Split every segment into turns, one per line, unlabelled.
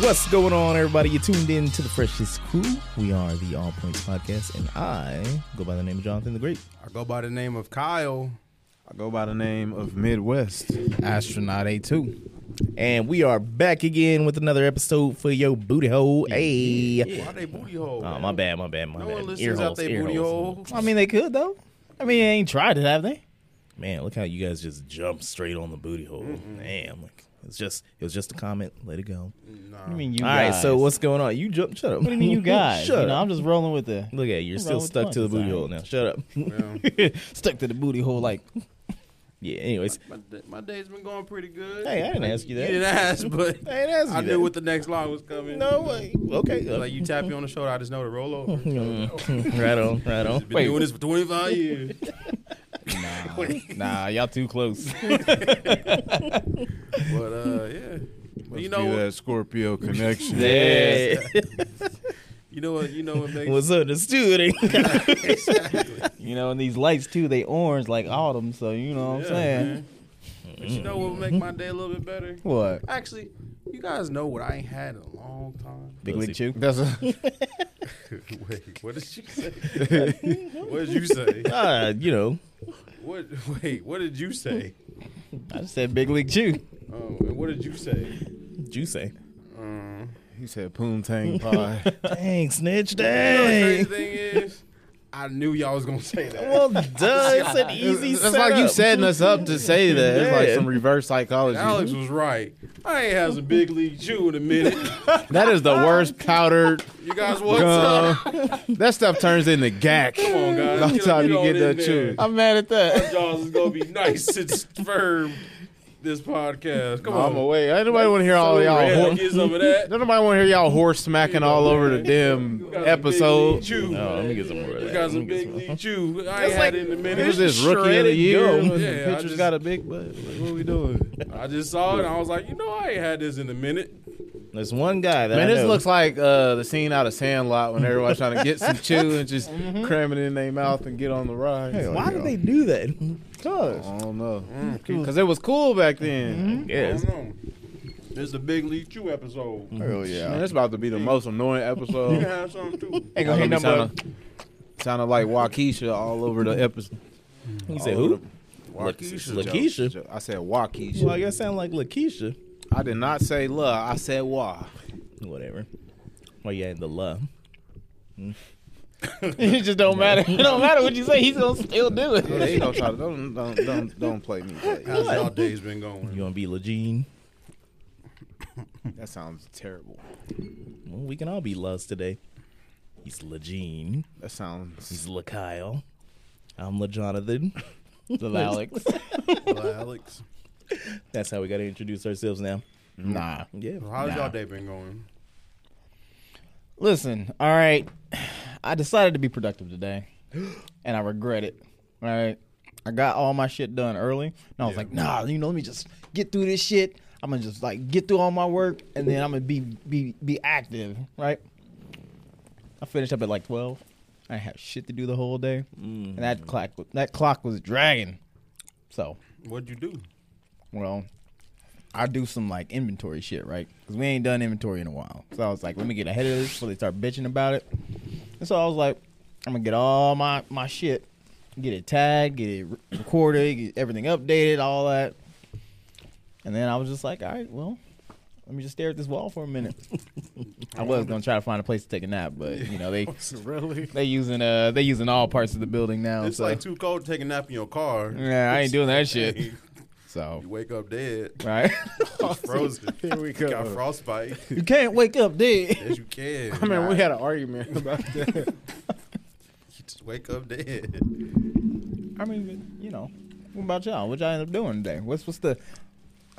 What's going on, everybody? You tuned in to the freshest crew. We are the All Points Podcast, and I go by the name of Jonathan the Great.
I go by the name of Kyle.
I go by the name of Midwest.
Astronaut A2.
And we are back again with another episode for your booty hole. Hey.
Why they booty hole?
Oh, my bad, my bad, my
No
bad.
one listens
Ear
out
holes,
they
ear
booty
holes.
hole.
I mean, they could, though. I mean, they ain't tried it, have they?
Man, look how you guys just jump straight on the booty hole.
Mm-hmm.
Man, like it's just it was just a comment. Let it go.
I mean, you
All right,
guys.
so what's going on? You jump. Shut up.
What do you mean, you guys?
shut
you know,
up.
I'm just rolling with the
Look at you, you're
I'm
still
rolling with
stuck
the
to the
punches,
booty
I
hole
ain't-
now. Shut up.
stuck to the booty hole. Like,
yeah. Anyways,
My, day, my day's been going pretty good.
hey, I didn't ask you
you
that.
didn't ask, but
I didn't ask you
I
that.
knew what the next line was coming.
No way. Okay. uh,
Like oh. you tap you on the shoulder, I just know to roll over. Been
right on. Right on.
Wait.
doing this for 25 years.
nah, nah, y'all too close.
But uh, yeah. But you
You
know, what,
that Scorpio connection.
Yeah.
you know what, you know what makes
What's up, the student?
you know, and these lights too, they orange like autumn. So you know what I'm
Yeah,
saying.
man. But you know what would make my day a little bit better?
What?
Actually, you guys know what I ain't had in a long time.
Big
Pussy.
Lick Chew.
That's a,
Wait, what did you say? what did you say?
Ah, you know.
What? Wait, what did you say?
I just said Big League Chew.
Oh, and what did you say?
Juicy.
Um,
he said poontang pie.
Dang, snitch.
you know, the
Dang.
crazy thing is, I knew y'all was gonna say that.
Well, duh. It's an easy
It's like you
setup.
setting us up to say that. It's like
Yeah.
some reverse psychology.
Alex was right. I ain't had a big league Jew in a minute.
That is the worst powdered
You guys, what's up?
gum. That stuff turns into gack.
Come on, guys.
By the
Get-
time
get
you
on
get
in
that
there.
chew.
I'm mad at that.
Jaws is gonna be nice and firm. This podcast. Come
I'm
on.
away. Ain't nobody want to hear all y'all.
Yeah,
Hor-
get some of that.
don't nobody want to hear y'all horse smacking all over the damn
You got some Big league
episode.
Jew.
No, Oh, let me get some more of
You
that.
got some
Let me get
big league Jew. I ain't
That's
had
like-
it in a
It was
minute.
this rookie of the
shredded
year.
gum.
The
Yeah, I
pitcher's
just-
got a big butt. Like, what are we doing?
I just saw it. and I was like, you know, I ain't had this in a minute.
There's one guy that
Man,
I
this
know.
looks like uh, the scene out of Sandlot when everybody's trying to get some chew and just cram it in their mouth and get on the ride.
Why did they do that?
I
Cause
don't know. Because it was cool back then.
Yes.
I don't know. This is a big league Jew episode.
hell yeah.
Man, it's about to be the most annoying
You can
episode.
have some too.
Y'all
Ain't gonna hit
gonna be
number.
sounding- Sounding like Waukesha all over the episode.
You said who? Lakeisha.
Lakeisha. I said Waukesha.
Well, I guess sound like Lakeisha.
I did not say love. I said Wa.
Whatever. Well, yeah, the love.
it just don't matter. It don't matter what you say. He's gonna still do it.
Hey, don't, try to, don't, don't, don't, don't play me. Like,
How's y'all days been
You
going?
gonna be Legine?
that sounds terrible.
Well, we can all be loves today. He's Legine.
That sounds.
He's LaKyle. I'm LaJonathan.
Little Alex.
Well, Alex,
That's how we gotta introduce ourselves now.
Nah.
Yeah.
how's
Nah.
y'all day been going?
Listen, all right. I decided to be productive today, and I regret it. All right. I got all my shit done early, and I was
Yeah.
like, nah, you know, let me just get through this shit. I'm gonna just like get through all my work, and then I'm gonna be be be active, right? I finished up at like twelve. I didn't have shit to do the whole day, and that clock that clock was dragging. So
What'd you do?
well, I do some like inventory shit, right? Because we ain't done inventory in a while. So I was like, let me get ahead of this before they start bitching about it. And so I was like, I'm gonna get all my my shit, get it tagged, get it re- recorded, get everything updated, all that. And then I was just like, all right, well, let me just stare at this wall for a minute. I was gonna try to find a place to take a nap, but you know they
Really?
they using uh they using all parts of the building now.
It's
so
like too cold to take a nap in your car.
yeah, I ain't doing that shit.
You
So
wake up dead,
right,
It's frozen.
Here we go.
Got frostbite.
you can't wake up dead.
Yes, you can.
I mean, we had an argument about that.
You just wake up dead.
I mean, you know, what about y'all? What y'all end up doing today? What's what's the?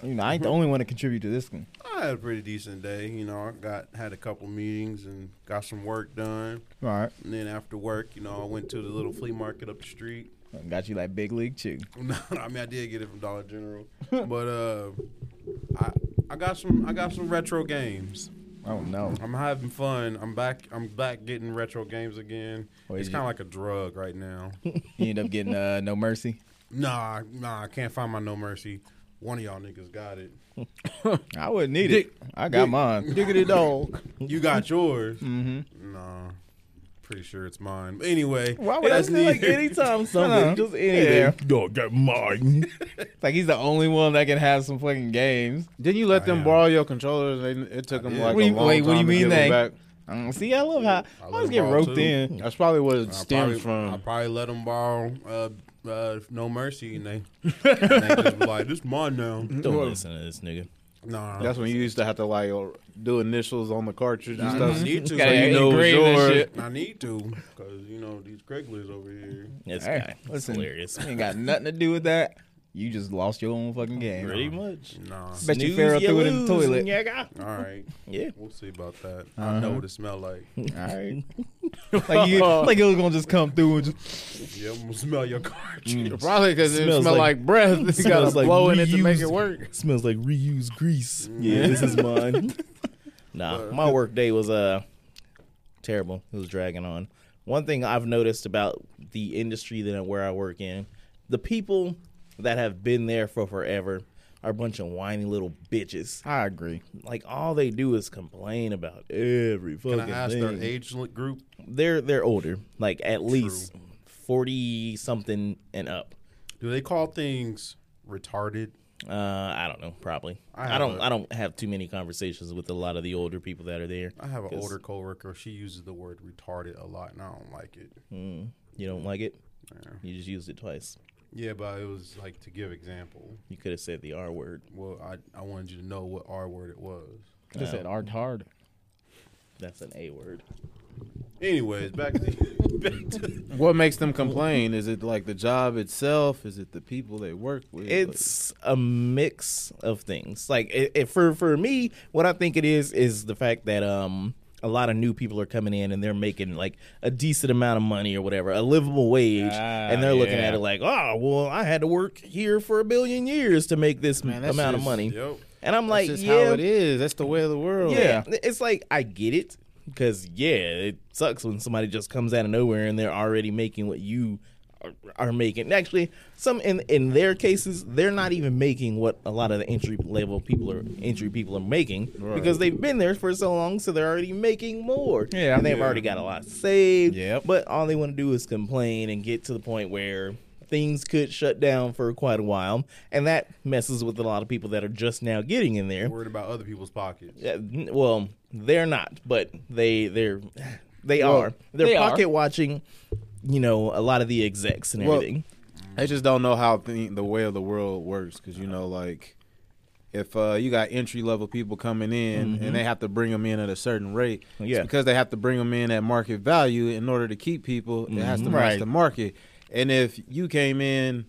You know, I ain't the only one to contribute to this one,
I had a pretty decent day. You know, I got had a couple meetings and got some work done.
All right,
And then after work, you know, I went to the little flea market up the street.
got you like big league too.
No, I mean I did get it from Dollar General, but uh, I I got some I got some retro games.
Oh no,
I'm having fun. I'm back. I'm back getting retro games again.
What
it's
did
kind of
you-
like a drug right now.
you end up getting uh, no mercy.
nah, nah, I can't find my No Mercy. one of y'all niggas got it.
I wouldn't need it. I got mine.
Diggity dog.
You got yours. mm-hmm. Nah, pretty sure it's mine. But anyway,
Why would I
that's
say like
neither-
anytime something? Just anything.
No, get mine.
It's Like he's the only one that can have some fucking games.
Didn't you let them borrow your controllers? They, it took them
did.
like
What do
a
you-
long
wait,
time
what do you
to
mean
give them
they-
back.
Um, see, I love how I,
I
always
love
get
ball,
roped
too.
in.
That's probably what it
I
stems
probably, I
from.
probably let them borrow uh, uh, No Mercy, and they, and they just be like, this mine now.
Don't listen to this nigga.
Nah,
That's when you used to have to like uh, do initials on the cartridge and
I
stuff.
need to.
Gotta
so you know
engrave
it's
that
yours.
shit.
I need to, cause you know these Craiglers over here.
This
Hey,
guy. That's
listen.
hilarious.
Ain't got nothing to do with that. You just lost your own fucking game.
Pretty much.
Nah.
Bet you
Snooze,
Pharaoh
you
threw it in the
lose,
toilet.
nigga.
All right,
Yeah. Uh-huh.
we'll see about that. I know what it smell like.
All right. like, you, like it was gonna just come through and just
Yeah, I'm gonna smell your
Mm.
cartridge.
Probably because it
Smells
smells
like-
like, breath. You gotta
smells like
blow in it to make it
reused-
work.
Smells like reused grease. Yeah, this is mine. nah, my work day was uh terrible. It was dragging on. One thing I've noticed about the industry that where I work in, the people that have been there for forever are a bunch of whiny little bitches.
I agree.
Like all they do is complain about every fucking
Can I ask
thing.
their age li- group?
They're they're older, like at least forty something and up.
Do they call things retarded?
Uh, I don't know. Probably.
I
I,
have
don't.
a-
I I don't have too many conversations with a lot of the older people that are there.
I have an
'cause
older coworker. She uses the word retarded a lot, and I don't like it.
Mm. You don't like it.
Yeah.
You just used it twice.
Yeah, but it was like to give example.
You could have said the R word.
Well, I I wanted you to know what R word it was.
Just said art hard.
That's an A word.
Anyways, back to back to
What makes them complain? Is it like the job itself? Is it the people they work with?
It's a mix of things. Like it, it, for for me, what I think it is is the fact that um a lot of new people are coming in and they're making like a decent amount of money or whatever, a livable wage,
Ah,
and they're looking
yeah.
at it like, oh, well, I had to work here for a billion years to make this
Man, that's
amount of
just-
money.
yep.
And I'm
That's
like,
just
yeah,
how it is. That's the way of the world.
Yeah, it's like I get it because yeah, it sucks when somebody just comes out of nowhere and they're already making what you are, are making. Actually, some in in their cases, they're not even making what a lot of the entry level people are entry people are making because they've been there for so long, so they're already making more.
Yeah.
and they've
Yeah.
already got a lot saved.
Yep.
but all they want to do is complain and get to the point where. Things could shut down for quite a while, and that messes with a lot of people that are just now getting in there.
Worried about other people's pockets.
Yeah, n- well, they're not, but they they're they
Well,
are. They're
they are.
pocket watching, you know, a lot of the execs and
Well,
everything.
They just don't know how the, the way of the world works because you know, like, if uh, you got entry level people coming in and they have to bring them in at a certain rate, it's
Mm-hmm. Yeah.
because they have to bring them in at market value in order to keep people. It has to match
Mm-hmm.
Right.
the market, and if you came in.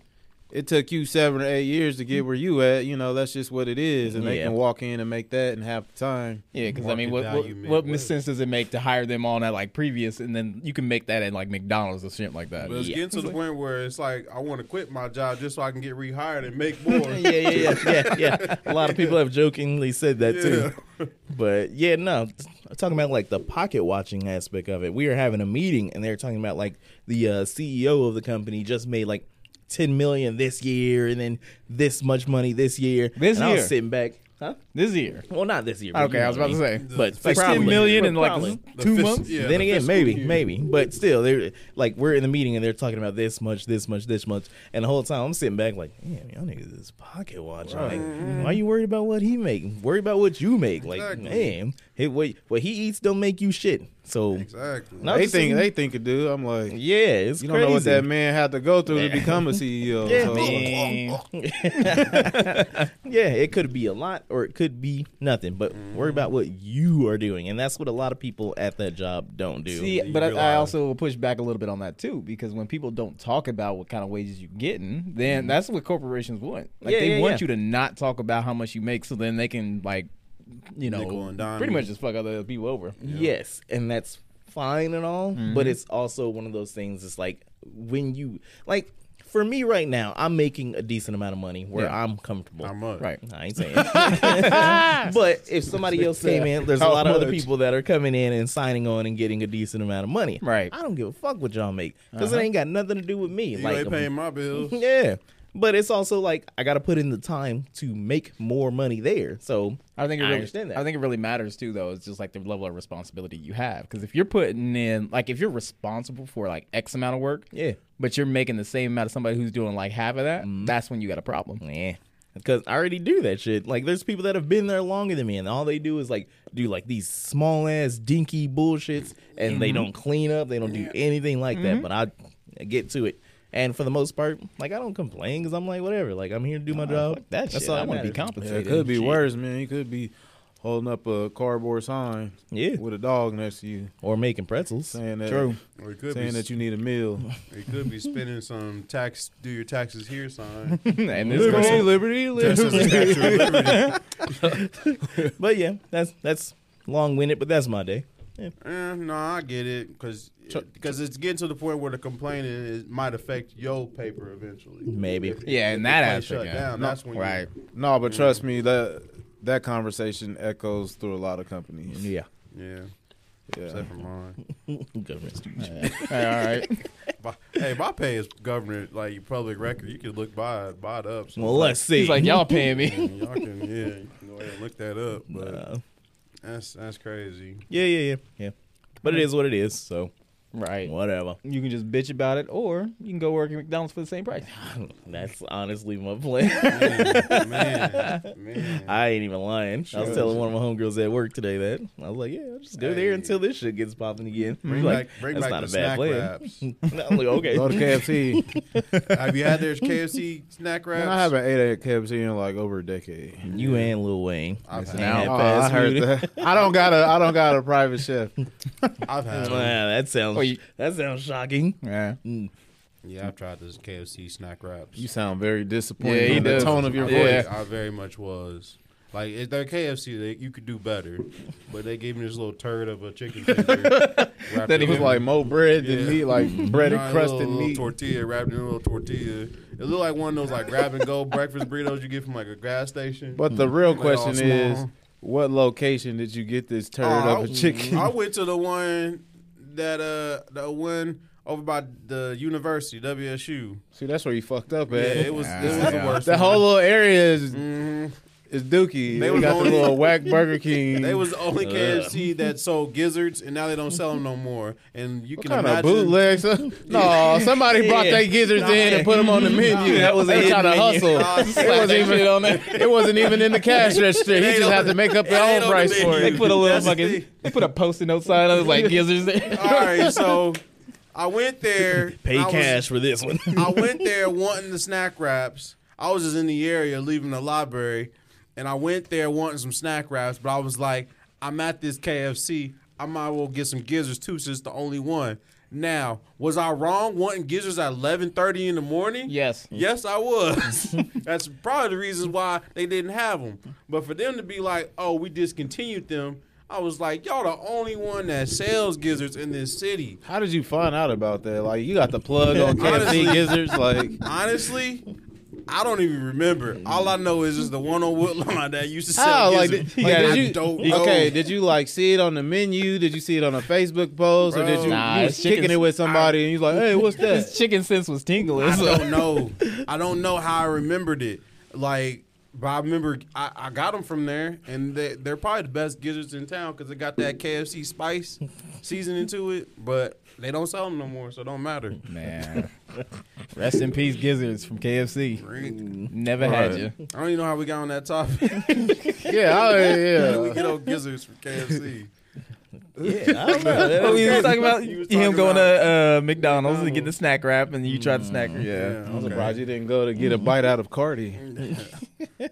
It took you seven or eight years to get where you at. You know that's just what it is, and they
Yeah.
can walk in and make that in half the time.
Yeah, because I mean, what
Market
what,
value
what
Midwest.
sense does it make to hire them on at like previous, and then you can make that at like McDonald's or shit like that?
But it's
Yeah.
getting to the point where it's like I want to quit my job just so I can get rehired and make more.
yeah, yeah, yeah, yeah, yeah. A lot of people have jokingly said that too. But yeah, no, I'm talking about like the pocket watching aspect of it. We were having a meeting and they're talking about like the uh, CEO of the company just made like 10 million this year and then this much money this year.
This
and I
year.
was sitting back, huh?
This year,
Well, not this year. but
okay,
you
I
know
was
what
about to
mean.
say,
But
like
probably.
ten million in
But
like
probably.
The
two
fis-
months.
yeah,
then
the
again,
fiscal
maybe,
year.
maybe, but still, they're like we're in the meeting and they're talking about this much, this much, this much, and the whole time I'm sitting back like, damn, y'all niggas is pocket watching. Like, why you worried about what he make? Worry about what you make. Like,
Exactly.
damn, hey, what what he eats don't make you shit. So
Exactly.
No. I'm
They
just
think
saying-
they think it do. I'm like, you
yeah, it's
don't know what
crazy.
that man had to go through
Yeah.
to become a CEO.
Yeah,
so-
Man.
Yeah, it could be a lot or it could be nothing, but worry
Mm.
about what you are doing, and that's what a lot of people at that job don't do.
See,
You
but I, I
realize-
also will push back a little bit on that too, because when people don't talk about what kind of wages you're getting, then
Mm-hmm.
that's what corporations want. Like
Yeah,
they
yeah,
want
yeah.
you to not talk about how much you make, so then they can like, you
Nickel
know,
and dime
pretty
you.
much just fuck other people over.
Yes, and that's fine and all, but it's also one of those things. It's like when you like for me right now, I'm making a decent amount of money where
Yeah.
I'm comfortable.
How much?
Right.
I ain't saying, but if somebody else came in, there's a
How
lot of other
much?
people that are coming in and signing on and getting a decent amount of money.
Right.
I don't give a fuck what y'all make because it ain't got nothing to do with me.
You
like,
ain't paying my bills.
yeah. But it's also like I got to put in the time to make more money there. So
I think it
I
really,
understand that.
I think it really matters too, though. It's just like the level of responsibility you have. Because if you're putting in, like, if you're responsible for like X amount of work,
Yeah.
but you're making the same amount of somebody who's doing like half of that, that's when you got a problem. Mm-hmm. Yeah,
because I already do that shit. Like there's people that have been there longer than me, and all they do is like do like these small ass dinky bullshits, and they
Mm-hmm.
don't clean up, they don't do anything like that. But I, I get to it, and for the most part, like I don't complain because I'm like whatever. Like I'm here to do my job.
fuck that
That's
shit.
all
I
that
want to be
matters.
Yeah,
compensated.
it could be
Shit.
worse, man. You could be holding up a cardboard sign
Yeah.
with a dog next to you
Or making pretzels.
saying that
True.
Or it could
saying
be
that you need a meal.
it could be spending some tax do your taxes here sign.
and this person,
liberty,
Just as a statue of liberty.
But yeah, that's that's long winded, but that's my day.
Eh, no, I get it because it's getting to the point where the complaining is, might affect your paper eventually.
Maybe.
yeah,
If
in
the
that
place
aspect,
shut
yeah.
down, that's when you-
right.
No, but trust me, that that conversation echoes through a lot of companies.
Yeah.
Yeah,
Yeah.
except for mine.
Government students.
all right.
My- hey, my pay is government like public record. You can look buy it, buy it up. So
Well, let's see.
He's like, y'all paying me.
And y'all can yeah, you can go ahead and look that up. But
Uh,
that's that's crazy.
yeah, yeah, yeah, yeah. But it is what it is. So
Right.
whatever.
You can just bitch about it, or you can go work at McDonald's for the same price.
That's honestly my plan.
Man, man, man.
I ain't even lying. I was telling one of my homegirls at work today that I was like, "Yeah, I'll just go there
Hey.
until this shit gets popping again."
Bring
Like,
back, bring
that's
back
not
the
a bad
snack
plan.
wraps.
I'm like, okay,
Go to KFC.
Have you had their KFC snack wraps?
Man, I haven't ate at KFC in like over a decade.
you and Lil Wayne.
I've
And
had,
that
Oh, I
fast
heard
food.
that. I don't got a I don't got a private chef.
I've had.
Wow,
them.
that sounds
Oh, you-
that sounds shocking.
Yeah.
Yeah, I've tried those KFC snack wraps.
You sound very disappointed.
Yeah, he
in the
does.
tone of your
I
voice.
Yeah.
very- I very much was. Like at their KFC, they, you could do better, but they gave me this little turd of a chicken finger.
That he was like more bread than
Yeah.
meat, like bread and crusted
little,
meat.
tortilla wrapped in a little tortilla. It looked like one of those like grab and go breakfast burritos you get from like a gas station.
But the real
Like all
question is,
small.
what location did you get this turd
Oh,
of a
I-
chicken?
I went to the one that uh the one over by the university WSU.
See, that's where you fucked up
Yeah,
at.
it was it was the worst.
that whole little area is
hmm
is dookie.
They
They
was
got
only-
the little whack Burger King.
They was the only KFC that sold gizzards, and now they don't sell them no more. And you
what
can
kind of
imagine
bootlegs? no, somebody brought
Yeah.
their gizzards in and put them on the menu.
that was a
they trying to
hidden menu.
hustle.
Nah,
it, wasn't even, on it wasn't even in the cash register. He
ain't
just
on
had
the-
to make up their
it ain't
own
on the
price for
menu.
it.
They put a little
That's the
fucking.
thing.
They put a post-it note sign. I was like, gizzards. there.
All right, so I went there.
Pay
I was-
cash for this one.
I went there wanting the snack wraps. I was just in the area leaving the library, and I went there wanting some snack wraps. But I was like, I'm at this KFC. I might well get some gizzards too, since it's the only one. Now, was I wrong wanting gizzards at 11:30 in the morning?
Yes.
Yes, I was. That's probably the reason why they didn't have them. But for them to be like, oh, we discontinued them, I was like, y'all the only one that sells gizzards in this city.
How did you find out about that? Like you got the plug on
Honestly.
KFC gizzards. Like
Honestly, I don't even remember. All I know is just the one on Woodlawn that used to sell
how? Oh, Like,
gizzards.
did, yeah,
I
did you?
don't know.
Okay, did you like see it on the menu? Did you see it on a Facebook post, or
Bro.
did you,
Nah,
you
it's
was kicking it
chicken-
with somebody and you was like, hey, what's that?
His chicken sense was tingling.
I
so-
don't know. I don't know how I remembered it. Like, but I remember I, I got them from there, and they, they're probably the best gizzards in town because they got that KFC spice seasoning to it. But they don't sell them no more, so it don't matter.
Man. Rest in peace, gizzards from KFC.
Right.
Never had
Right.
you.
I don't even know how we got on that topic.
yeah, I, yeah.
we get on gizzards from KFC.
yeah, I don't know. That
Oh,
was
we was
crazy.
talking about
You was
him
talking
going
about-
to uh, McDonald's to get the snack wrap, and you tried the snack. wrap.
Yeah,
Yeah.
I'm
okay.
surprised you didn't go to get a bite out of Cardi.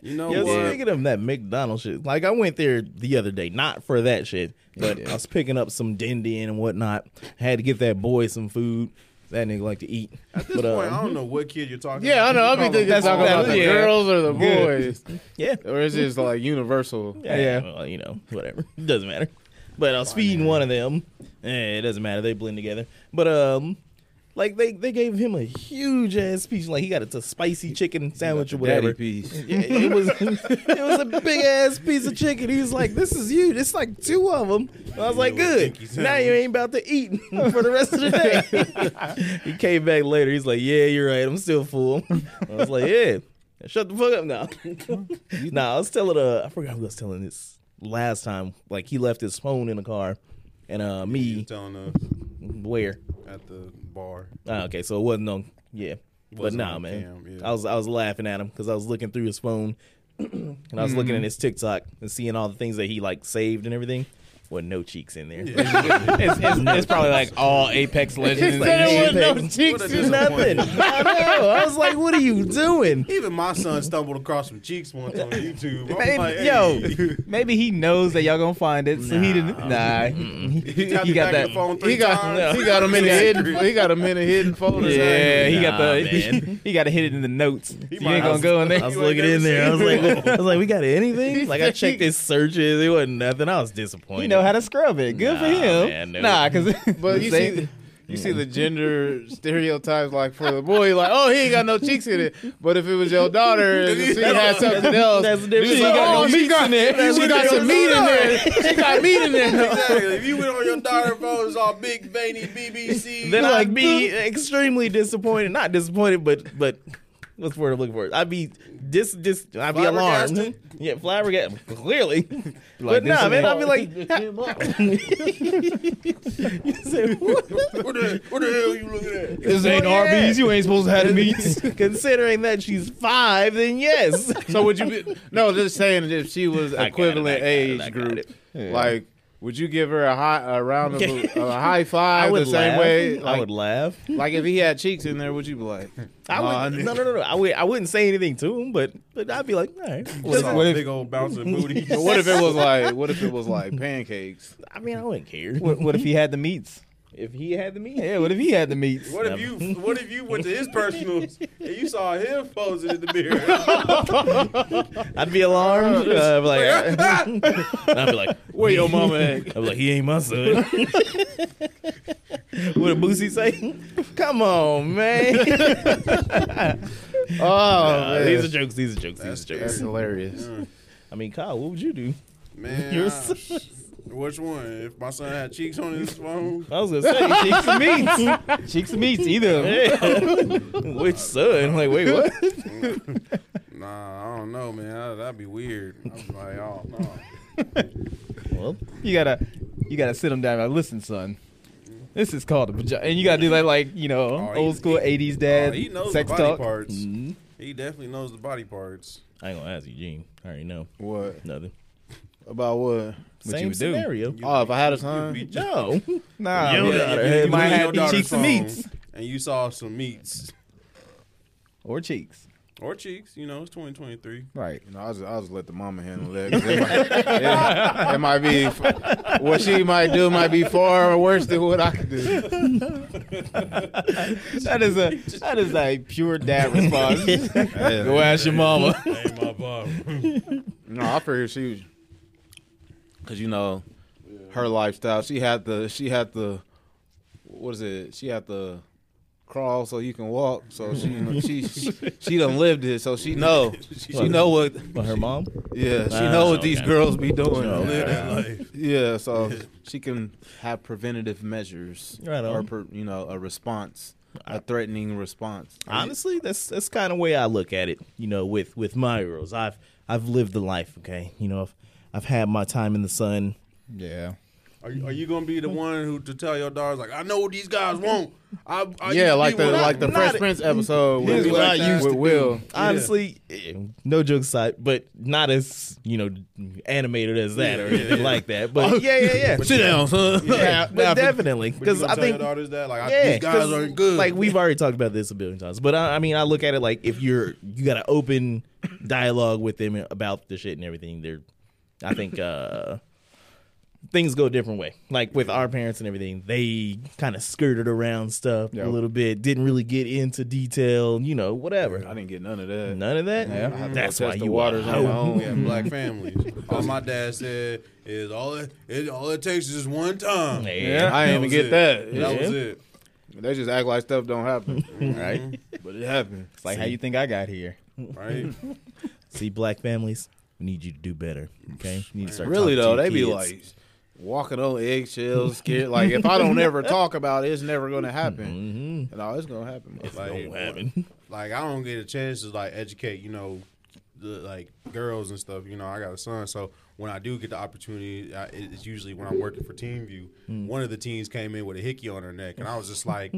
You know
Yeah,
what?
speaking of that McDonald's shit, like I went there the other day, not for that shit, but
Yeah.
I was picking up some din din and whatnot. had to get that boy some food. That nigga like to eat.
At this
but, uh,
point, I don't know what kid you're talking.
Yeah, I know. I've
about.
been thinking
That's
talking
all-
about the
yeah.
girls or the boys,
yeah,
or it's just like universal.
yeah,
Yeah.
Well, you know, whatever. It doesn't matter. But I was feeding one of them. Eh, it doesn't matter. They blend together. But um, Like they, they gave him a huge ass piece. Like he got a, a spicy chicken sandwich or whatever.
Daddy piece.
Yeah, it was it was a big ass piece of chicken. He was like, "This is you. It's like two of them." I was like, "Good. Now you ain't about to eat for the rest of the day." he came back later. He's like, "Yeah, you're right. I'm still full." I was like, "Yeah, shut the fuck up now." nah, I was telling uh, I forgot who I was telling this last time. Like he left his phone in the car, and uh,
You
me
telling us
where?
at the bar.
Ah, okay, so it wasn't on. Yeah, but
Wasn't
nah,
on
man.
cam, yeah.
I was I was laughing at him because I was looking through his phone, and I was looking at his TikTok and seeing all the things that he like saved and everything. With no cheeks in there.
It's, it's, it's probably like all Apex Legends. and shit.
no
What
cheeks
a
in nothing. I know. I was like, "What are you doing?"
Even my son stumbled across some cheeks once on YouTube. I'm
Maybe,
like, hey.
Yo, maybe he knows that y'all gonna find it, so he didn't. Nah,
He
he,
tapped
he
back
got
in
that.
the phone three
He got
times.
he got him in the hidden he got him in the hidden folders.
Yeah, he got the.
Nah,
He, got to hit it in the notes.
He
you
might-
ain't gonna go in
I
there.
was looking in there. I was like, I was like, "We got anything?" Like I checked his searches. It wasn't nothing. I was disappointed.
You know how to scrub it. Good for
Nah,
him.
man, no.
Nah, because
But you see, the- you see the gender stereotypes like for the boy, like oh he ain't got no cheeks in it. But if it was your daughter and she had something else,
That's
dude,
different.
she
She
got,
got
oh,
no
she got, she got some meat in there. She got meat in there.
Exactly. If you went on your daughter phone, it's all big, veiny BBC.
then I'd be extremely disappointed. Not disappointed, but but what's the word I'm looking for? I'd be dis dis. I'd be alarmed.
Flabbergasted?
Yeah, flabbergasted. Clearly, but nah, man. I'd be like, you said, what?
what, the, what the hell you looking at?
this
ain't Well, yeah. Arby's.
You ain't supposed to have
considering that she's five, then yes.
So would you be? No, just saying if she was
got it, I
equivalent
got it, I
age
got
group,
it.
like would you give her a high a round of a, a high
I
five
would
the same
laugh.
way?
I
Like,
would laugh.
like if he had cheeks in there, would you be like?
I would,
"Nah,
no, no, no, no. I would. I wouldn't say anything to him, but but I'd be like, all right.
Just
if- what if-
big old bouncing booty.
But what if it was like? What if it was like pancakes?
I mean, I wouldn't care
What, what if he had the meats?
if he had the meat.
Yeah, what if he had the meats?
What if you what if you went to his personals and you saw him posing in the mirror?
I'd be alarmed. Uh, I'd be like, I'd be like,
Where your mama at?
I was like, he ain't my son. what did Boosie say? Come on, man.
Oh,
Uh,
man.
these are jokes. These are jokes.
That's
these are
That's
jokes.
hilarious.
I mean, Kyle, what would you do?
Man,
Your
I-
son.
which one? If my son had cheeks on his phone,
I was gonna say,
Cheeks and meats. Cheeks and meats, either. of 'em.
yeah. which son? I'm like, wait, what?
nah, I don't know, man. I- that'd be weird. I'm like, oh no.
Well,
You gotta, you gotta sit him down. and be Like, listen, son, this is called a vagina, and you gotta do that like you know
Oh, he-
old school '80s dad
Oh, he knows
sex
the body
talk.
parts. He definitely knows the body parts.
I ain't gonna ask you, Gene. I already know
What
nothing.
about what?
Same
you would do?
scenario.
Oh, if I had a time,
No,
Nah,
Yo,
man.
daughter
if
had
might
you went to
have
your
the
daughter's
cheeks and
phone
meats.
And you saw some meats
or cheeks.
or cheeks. You know, it's 2023.
Right.
you know, I was I was let the mama handle that. 'cause It might, it- it might be f- what she might do might be far worse than what I could do.
That is a that is a pure dad response.
Yeah.
Go ask your mama.
Ain't my bob.
No, I figured she was because you know her lifestyle. She had the she had the what is it? She had the crawl so you can walk. So she she she, she done lived it. So she know she know what
but her mom.
yeah she
Ah,
know what
okay.
these girls be doing.
No.
Live that life.
Yeah, so she can have preventative measures
Right
or
on.
per, you know a response, a threatening response.
honestly that's that's kind of way i look at it you know with with my girls i've i've lived the life okay you know i've i've had my time in the sun
Yeah.
Are you, are you gonna be the one who to tell your daughters like I know what these guys want? I, I used
yeah,
to
like
be
the
one.
like the
not-
Fresh Prince episode
Here's
with,
what I
with
used to do.
Will.
honestly eh, no joke aside but not as you know animated as that or anything like that
Oh.
but yeah yeah yeah
Sit down, son.
yeah, but definitely
But you
because
gonna
i
tell
think
your daughters that like I-
yeah,
these
'cause,
guys aren't good.
Like we've already talked about this a billion times, but I, I mean, I look at it like if you're you got an open dialogue with them about the shit and everything. They're, I think, uh, things go a different way. Like with our parents and everything, they kind of skirted around stuff
Yeah.
a little bit, didn't really get into detail, you know,
I
whatever.
didn't get none of that.
None of that.
I had to go
That's
test
why
the
you
waters
waters.
on my own.
we have black families. All my dad said is all it, it all it takes is just one time.
Yeah.
I didn't
That
even
was
get
it.
that.
That was
Yeah.
it.
They just act like stuff don't happen,
right?
but it happened.
It's like how you think I got here.
right?
See, black families, we need you to do better. Okay, you need to start
Really though,
talking to
they
your
be
kids.
like walking on eggshells, scared. like if I don't ever talk about it, it's never gonna happen.
Mm-hmm.
And all it's gonna happen. Like,
Like,
Don't happen.
like I don't get a chance to like educate, you know, the, like girls and stuff. You know, I got a son, so when I do get the opportunity, I, it- it's usually when I'm working for TeamView.
Mm.
One of the teens came in with a hickey on her neck, and I was just like,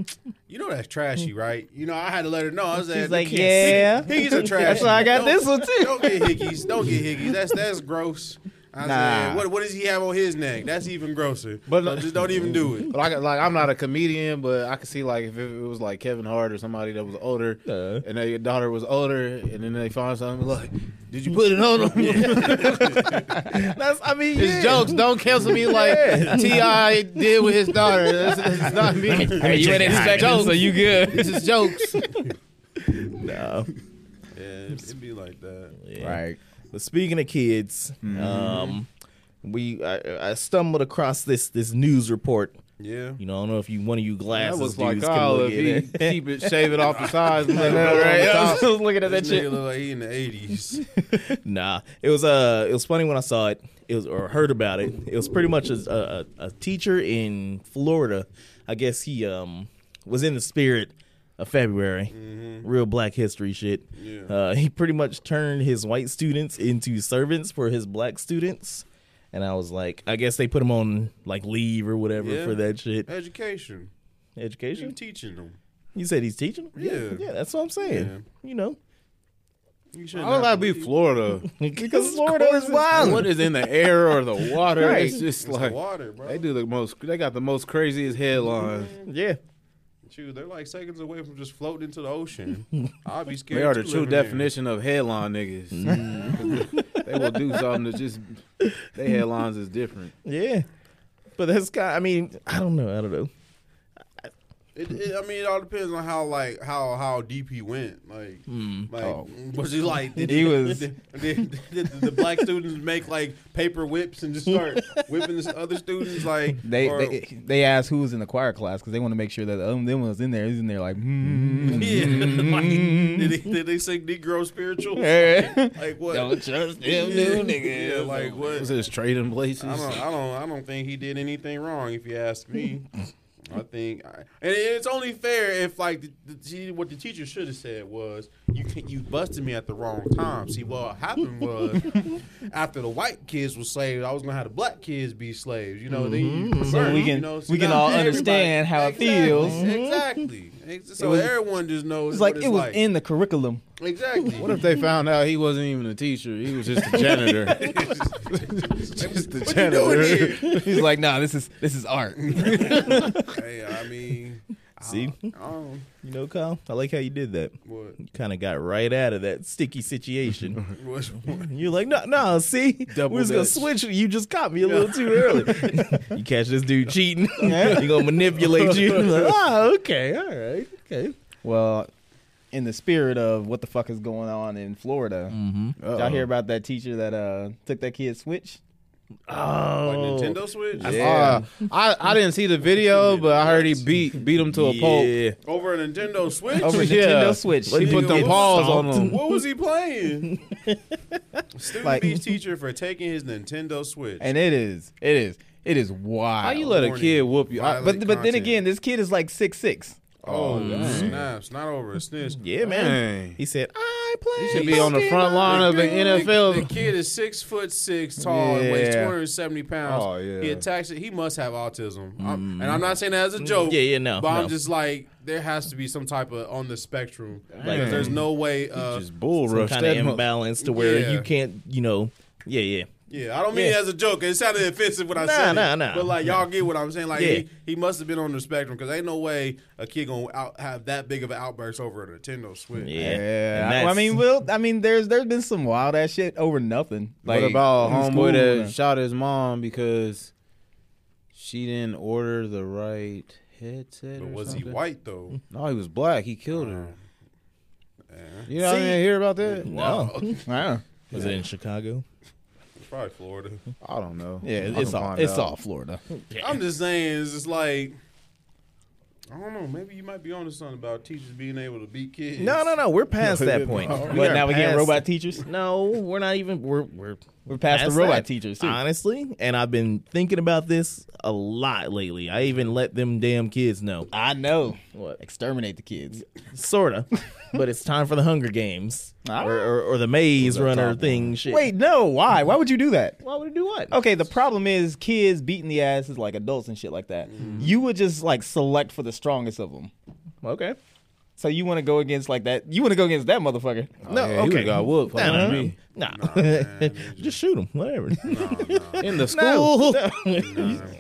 "You know that's trashy, right?" You know, I had to let her know. I was
Mm. She's
like,
like,
"You
yeah.
can't- hickeys are trashy."
That's why I got
Don't-
this one too.
Don't get hickeys. Don't get hickeys. That's that's gross. I said,
Nah.
what, what does he have on his neck? That's even grosser.
But-
But just don't even do it.
But I could- like I'm not a comedian, but I could see like if it, was like Kevin Hart or somebody that was older,
Uh.
and their daughter was older, and then they find something like, "Did you put it on him?"
That's. I mean,
His
yeah.
jokes don't cancel me like Ti did with his daughter. This is not me.
I mean, you ain't expecting, so you good.
This is jokes.
No.
Yeah, it'd be like that.
Yeah.
Right.
But speaking of kids,
Mm-hmm.
um, we I, I stumbled across this this news report.
Yeah.
You know, I don't know if you one of you
That
glasses
was
dudes
like,
can
oh,
look
if
at
he
it.
keep it, shave it off the sides. and let it
I know,
go
right?
on
I was
the top.
just looking at that
This nigga
shit.
look like he in the eighties.
Nah, it was uh, it was funny when I saw it. It was or heard about it. It was pretty much a a, a teacher in Florida. I guess he um was in the spirit of February, real Black History shit.
Yeah.
Uh, he pretty much turned his white students into servants for his black students. And I was like, I guess they put him on like leave or whatever
Yeah.
for that shit.
Education. You
Education.
teaching them.
You said he's teaching. yeah,
Yeah.
that's what I'm saying. You know,
You should
How would that be Florida?
because Florida is wild.
What is in the air or the water?
Right.
It's just like
water, bro.
they do the most. They got the most craziest headlines.
Yeah.
Shoot, they're like seconds away from just floating into the ocean. I'd be scared.
They are the
too
true
living there.
definition of headline niggas. they will do something to just. They headlines is different.
Yeah, but that's kind. I mean, I don't know. I don't know.
It, it, I mean, it all depends on how like how how deep he went. Like,
Hmm,
like
Oh.
was he like? Did
He was-
Did, did, did the black students make like paper whips and just start whipping the other students? Like
They,
or-
they they asked who was in the choir class because they want to make sure that the other them was in there. He's in there like, hmm.
yeah. like, did, they, did they sing Negro spirituals? Like what?
trust
Yeah, like what?
Was this trading places?
I don't, I don't, I don't think he did anything wrong. If you ask me, I think, I, and it's only fair if like the, the, see, what the teacher should have said was, "You can, you busted me at the wrong time." See, what happened was after the white kids were slaves, I was gonna have the black kids be slaves. You know, then you
Mm-hmm. So we
you
can-
know,
we can
now
all
everybody-
understand how it feels.
Exactly. Ex- So
was-
everyone just knows
It's
what
like it was in the curriculum.
exactly.
What if they found out he wasn't even a teacher? He was just a janitor. just a
you doing
janitor.
here?
He's like, nah, this is this is art.
Hey, I mean,
See,
I don't,
you know, Kyle, I like how you did that.
what,
You kind of got right out of that sticky situation.
what, what
You're like, no, no, see,
Double
we're just gonna
dutch.
switch. You just caught me a little too early. you catch this dude cheating, you're gonna manipulate you. Like, oh, okay, all right, okay.
Well, in the spirit of what the fuck is going on in Florida, did y'all hear about that teacher that uh took that kid's switch?
Oh,
like Nintendo Switch?
Yeah. I, I didn't see the video, but I heard he beat beat him to a pulp.
yeah.
Over a Nintendo Switch?
Over
Yeah.
Nintendo Switch.
He
She
put
was
them
getting
paws on him.
stomped.
what was he playing? Student
Like-
beats teacher for taking his Nintendo Switch.
And it is, it is, it is wild.
How you let a
Warning.
kid whoop you? I,
Violent
but but then
content.
again, this kid is like six six.
oh, snaps. Not over a snitch.
yeah, man.
man,
He said, "Ah, I play.
he should be on the front line of an
The
NFL.
kid is six foot six tall and weighs
Yeah.
270 pounds.
Oh, yeah.
He attacks it. He must have autism. I'm- and I'm not saying that as a joke.
Yeah, yeah, no,
But
no.
I'm just like, there has to be some type of on the spectrum.
Dang.
Like, there's no way. Uh,
Just bull
some
rush
kind
that
of
mo-
imbalance to where
Yeah.
you can't, you know, yeah, yeah.
Yeah, I don't mean
Yeah.
it as a joke. It sounded offensive when I
Nah,
said
nah,
it.
nah.
But like y'all get what I'm saying. Like
Yeah.
he, he must have been on the spectrum because ain't no way a kid gonna out, have that big of an outburst over a Nintendo Switch.
Yeah.
Yeah,
And
I,
that's-
I mean, well, I mean, there's there's been some wild ass shit over nothing. Like
what about
in
homeboy
school.
that shot his mom because she didn't order the right headset?
But
or
was he
something?
white though? Um,
No, he was black. He killed her.
Yeah.
You know, what I
See-
didn't hear about that.
No.
Wow.
Was it in Chicago?
Probably Florida.
I don't know.
Yeah,
I
it's
can
all
find
it's
out.
all Florida.
I'm just saying, it's just like I don't know. Maybe you might be onto something about teachers being able to beat kids.
No, no, no. We're past that point.
But
are
now we getting
past-
robot teachers.
No, we're not even. We're we're
We're past the robot teachers, too.
honestly. And I've been thinking about this a lot lately. I even let them damn kids know,
I know.
What?
Exterminate the kids.
sorta. but it's time for the Hunger Games
Ah.
or, or or the Maze Runner thing. Shit.
Wait, no. Why? Why would you do that?
why would it do what?
Okay, the problem is kids beating the ass is like adults and shit like that. You would just like select for the strongest of them.
Okay.
So you want to go against like that? You want to go against that motherfucker?
No,
Oh, yeah, he
okay.
would've got whooped
Nah, nah,
me.
nah. Nah. just shoot them. Whatever.
in the school.
No,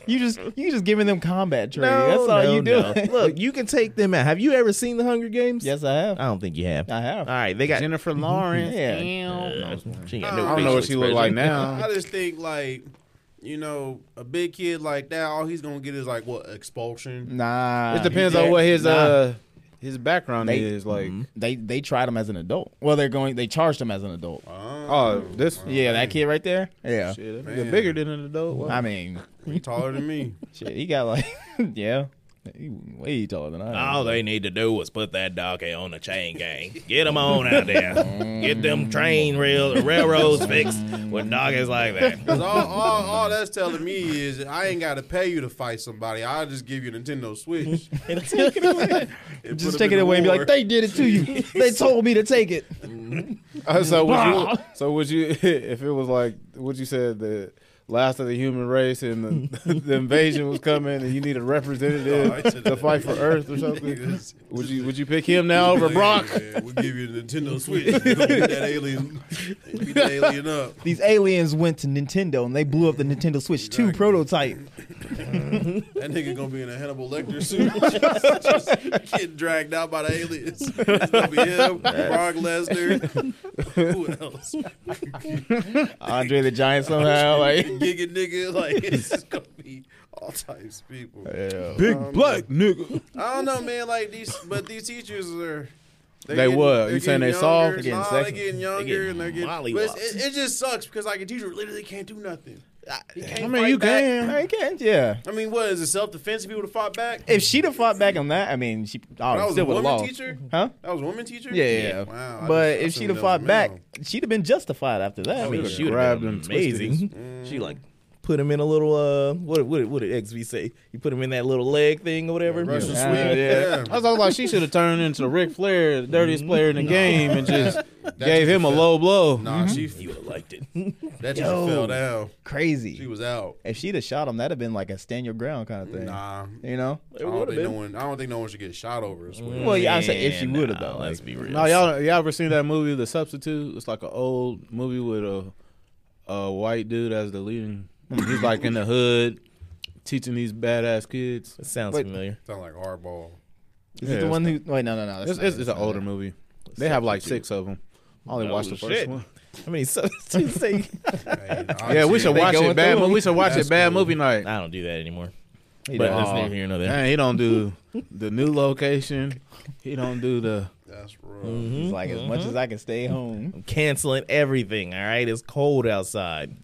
You just you just giving them combat training.
no,
That's all
no,
you do.
no. Look, you can take them out. Have you ever seen the Hunger Games?
yes, I have.
I don't think you have.
I have.
All right, they got.
Jennifer Lawrence.
Yeah.
Uh, she ain't got
I
no
I don't know
facial
what she look
expression.
like
um,
now.
I just think like, you know, a big kid like that, all he's gonna get is like what expulsion.
Nah.
It depends on what his uh his background
They- Mm-hmm.
is. Like,
They they tried him as an adult. Well, they're going. They charged him as an adult.
Mm.
Uh,
oh, this
Yeah, that kid right there. Yeah.
shit, that
Man.
nigga bigger than an adult. Wow.
I mean,
He taller than me.
shit. He got like, yeah, he way taller than I. am.
All they need to do was put that donkey on the chain gang. Get them on out there. Get them train rail railroads fixed with donkeys like that.
'Cause all, all, all that's telling me is I ain't gotta pay you to fight somebody. I'll just give you a Nintendo Switch. and
Just
put
take
him
it
in
away and be
war.
like, they did it to you. they told me to take it.
Uh, so would you? So would you? If it was like what you said, the last of the human race and the, the invasion was coming, and you need a representative to fight for Earth or something, would you? Would you pick him now over Brock?
Yeah, we'll give you a Nintendo Switch. Beat that alien, beat that alien up.
These aliens went to Nintendo and they blew up the Nintendo Switch 2 prototype.
That nigga gonna be in a Hannibal Lecter suit, just, just getting dragged out by the aliens. It's gonna be him, Brock Lesnar. Who else?
Andre the Giant somehow. Like,
Giga nigga, like it's just gonna be all types of people.
Big
Um,
black nigga.
I don't know, man. Like these, but these teachers are.
They what? You saying they soft?
They're
They getting
getting,
sexy?
younger,
getting
and they're getting. But
mollywopped.
it's- it, it just sucks because like a teacher literally can't do nothing. He can't
I mean,
fight
you
back.
can.
I can't, yeah.
I mean, what is it? Self defense? If you would have fought back.
If she'd have fought back on that, I mean, she
That
oh,
was
still
a
would have
woman
lost.
teacher.
Huh?
That was a woman teacher.
Yeah, yeah. yeah.
Wow. I
but
just
if
assumed
she'd have
that
fought
was a
back,
male.
she'd have been justified after that.
I mean, she would have
Grabbed
been
and twisted
amazing. She like put him in a little uh, what what what did XV say? You put him in that little leg thing or whatever.
Russian
Yeah.
sweep.
Uh, yeah. I was always like, she should have turned into Ric Flair, the dirtiest player in the game, and just gave him a low blow.
Nah, she
Mm-hmm.
You would have liked it.
that teacher
Yo.
fell down.
crazy.
She was out.
if she'd have shot him, that'd have been like a stand your ground kind of thing.
Nah.
You know?
I don't, think no one, I don't think no one should get shot over. This way.
Well, yeah, I say if she
Man,
would have
nah,
though.
Let's
Like,
be real.
No, y'all, y'all ever seen that movie, The Substitute? It's like an old movie with a a white dude as the leading. He's like in the hood teaching these badass kids.
It sounds
Wait.
familiar.
Sound like hardball.
is
Yeah,
it the
it's
one who? Wait, no, no, no. that's
It's,
not
it's,
it.
it's an older movie. They have like six of them. I only
Oh,
watched the first
shit.
one.
I mean, so to say,
Yeah, we should watch
going
it bad.
through
mo- We should watch
That's
it bad
cool.
movie night.
I don't do that anymore.
He
But
don't.
that's
Aw.
neither here nor there.
Man, he don't do the new location. He don't do the.
That's rough.
It's like as much as I can stay home.
I'm canceling everything. All right, it's cold outside.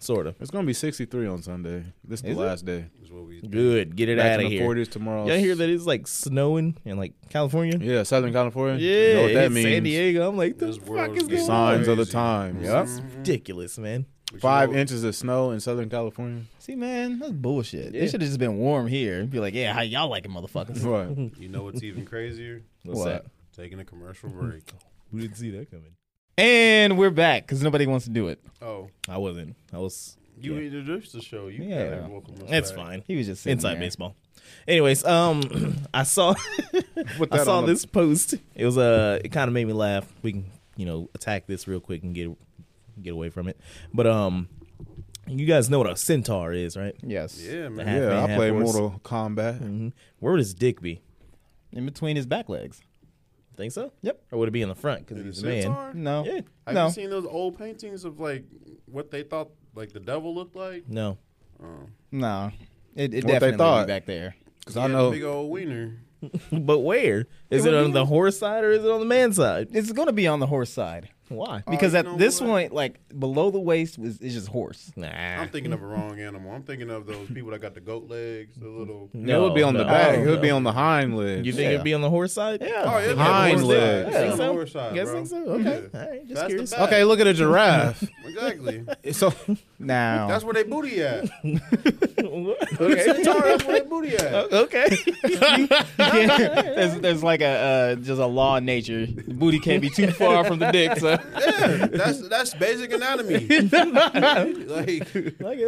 Sort of.
It's gonna be 63 on Sunday. This is the
Is it?
last day.
Is what we.
Good. Get it
Back
out
in
of
the
here.
40s tomorrow.
Y'all hear that it's like snowing in like California?
Yeah, Southern California.
Yeah,
you know what that
in
means?
San Diego. I'm like, the
This
fuck
world
is
is
going on?
Signs of the
Crazy.
times.
Ridiculous, man.
We should
Five
go-
inches of snow in Southern California.
See, man, that's bullshit.
Yeah.
It should have just been warm here. Be like, yeah, how y'all like it, motherfuckers?
Right.
You know what's even crazier?
What's
What?
that?
Taking a commercial break.
We didn't see that coming.
and we're back because nobody wants to do it.
Oh,
I wasn't. I was.
you
Yeah.
introduced the show. You
Yeah.
gotta welcome us
That's
back.
fine.
He was just sitting
Inside
there.
baseball. Anyways, um, I saw
Put
I
that
saw
on the-
this post. It was uh, it kind of made me laugh. We can you know attack this real quick and get get away from it. But um, you guys know what a centaur is, right?
Yes.
Yeah, man.
half
yeah,
man,
I
half
play
horse.
Mortal Kombat.
Where would his dick be?
In between his back legs.
Think so?
Yep.
Or would it be in the front because
And
he's a
the
man?
centaur?
No.
Yeah.
Have
No.
you seen those old paintings of like what they thought like the devil looked like?
No.
No. It, it
What they
definitely
thought.
be back there.
Because
He
I
had a big
know.
old wiener.
But where? Is it on the horse side or is it on the man side?
It's going to be on the horse side.
Why?
Because
you
at
know
this
what?
point, like below the waist was is just horse.
Nah.
I'm thinking of a wrong animal. I'm thinking of those people that got the goat legs, the little. Oh,
it would be on the back.
no,
it would be
no.
on the hind leg.
You think it'd be on the horse side? Yeah.
Oh, yeah,
Hind
horse
leg.
side.
Yeah.
It's on the
So,
horse side,
guess
bro.
so. Okay.
Yeah.
All right. Just
That's the
curious.
back.
okay, look at a giraffe.
Exactly.
so
Now
That's where they booty at.
okay.
That's where they booty at.
okay.
there's, there's like a uh, just a law in nature. The booty can't be too far from the dick. So
Yeah, that's that's basic anatomy. like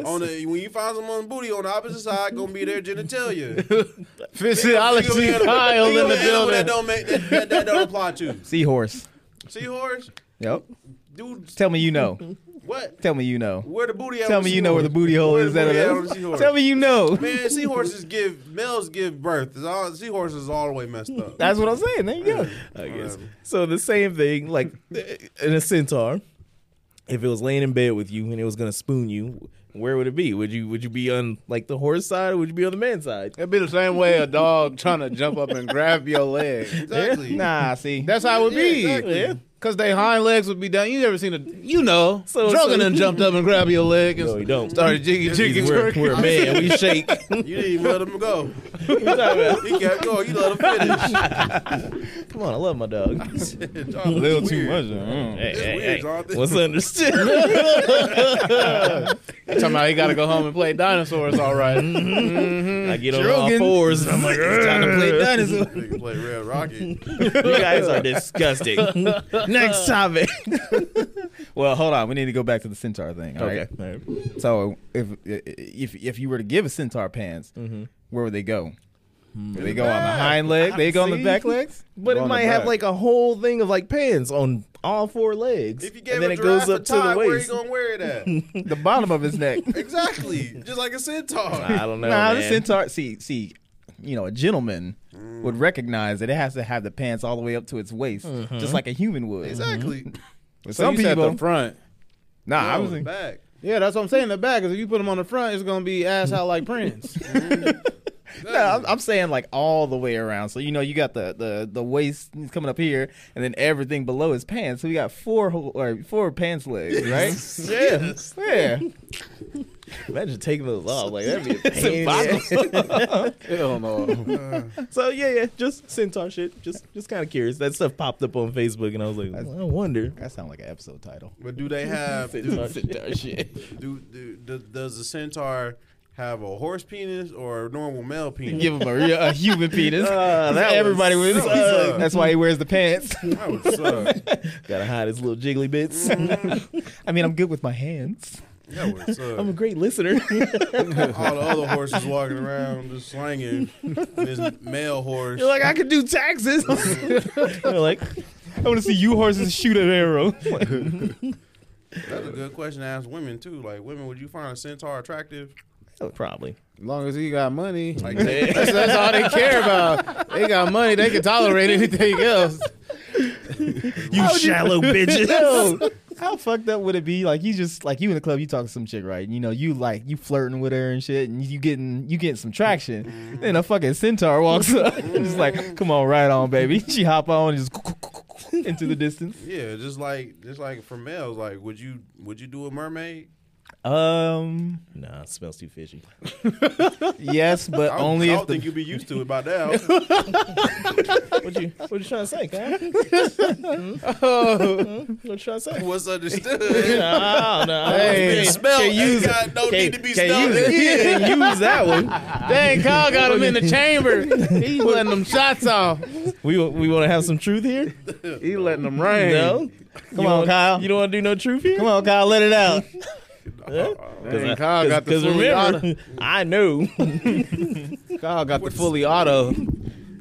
on the, when you find someone's booty on the opposite side, gonna be their genitalia.
physiology
You an animal-
Kyle
you
in
an
the
animal
building.
That don't make that, that, that don't apply to.
seahorse.
Seahorse,
Yep.
dude,
Tell me you know.
what?
Tell me you know.
Where the booty at?
Tell
on
me
the
you know where the
seahorse?
booty hole
Where
is.
the
at
booty
a-
at on the seahorse?
Tell me you know.
Man, seahorses give males give birth. It's all, seahorses all the way messed up.
That's what I'm saying. There you go.
I guess.
Whatever.
So the same thing, like in a centaur, if it was laying in bed with you and it was gonna spoon you, where would it be? Would you would you be on like the horse side or would you be on the man's side?
it'd be the same way a dog trying to jump up and grab your leg.
exactly.
Nah, see.
That's how it would
Yeah,
be.
exactly. Yeah.
Cause they hind legs would be down. You never seen a you know
So-
so, Drogon
so-
done jumped up and grabbed your leg and
No, you don't.
started jiggy jiggy.
We're, we're a man. We shake.
You didn't even let him go. He kept going. You let him
Come on, I love my dog.
finish.
a little too much.
Hey, hey,
weird,
hey.
Jonathan.
What's understood?
Talking about he gotta go home and play dinosaurs. All right.
I get on all fours and I'm like, it's time to play dinosaur.
Nigga play Red Rocket.
You guys are disgusting. Next topic.
Well, hold on. We need to go back to the centaur thing. all right? So if if if you were to give a centaur pants, where would they go? Do they go on the hind leg? They go on the
See?
back legs?
But
On
it
the
might have
back.
like a whole thing of like pants on all four legs.
If you gave
and then
a
it goes
giraffe
up
a
to the
tie, where you
waist.
gonna wear it at?
The bottom of his neck.
exactly. Just like a centaur.
I don't know.
nah, the
man.
centaur. See, see, you know, a gentleman would recognize that it has to have the pants all the way up to its waist, just like a human would.
Exactly.
But
So
some
you said
people,
the front.
nah, I
No,
was.
back.
Yeah, that's what I'm saying. The back is if you put them on the front, it's gonna be ass out like Prince.
No, I'm, I'm saying like all the way around. So you know, you got the the the waist coming up here, and then everything below his pants. So we got four whole, or four pants legs, right?
Yeah.
yeah.
Imagine taking those off. Like that'd be a pain. in the ass.
Hell no.
so yeah, yeah, just centaur shit. Just just kind of curious. That stuff popped up on Facebook, and I was like, well, I wonder.
That sounds like an episode title.
But do they have? Do,
Centaur shit.
do, do, do, does the centaur have a horse penis or a normal male penis?
Give him a, real, a human penis.
Uh, that
Everybody would.
suck.
That's why he wears the pants.
That would suck.
gotta hide his little jiggly bits.
I mean, I'm good with my hands.
That would suck.
I'm a great listener.
All the other horses walking around just slanging this male horse.
You're like, I could do taxes. They're like,
I want to see you horses shoot an arrow.
That's a good question to ask women too. Like, women, would you find a centaur attractive?
probably.
As long as he got money,
Like,
that's, that's all they care about. They got money, they can tolerate anything else.
You shallow bitches.
Yo, how fucked up would it be? Like you just like you in the club, you talking to some chick, right? You know, you like you flirting with her and shit, and you getting you getting some traction. Then a fucking centaur walks up, and just like, come on, right on, baby. She hop on and just into the distance.
yeah, just like, just like for males, like, would you, would you do a mermaid?
Um,
nah, it smells too fishy.
yes, but
I don't,
only
I
if
don't
the
think you'd be used to it by now.
What you what you trying to say, guy? What you trying to say?
What's understood?
Oh, no.
Hey, smell
can't
ain't
use it.
got no need to be smelled.
use it. Can't use that one.
Dang, Kyle got him in the chamber. He letting them shots off.
We we want to have some truth here.
He letting them rain.
No,
come on, Kyle,
you don't want to do no truth here.
come on, Kyle, let it out.
Uh,
Dang, Kyle got the
Because
fully
remember,
auto.
I know.
Kyle got the fully auto.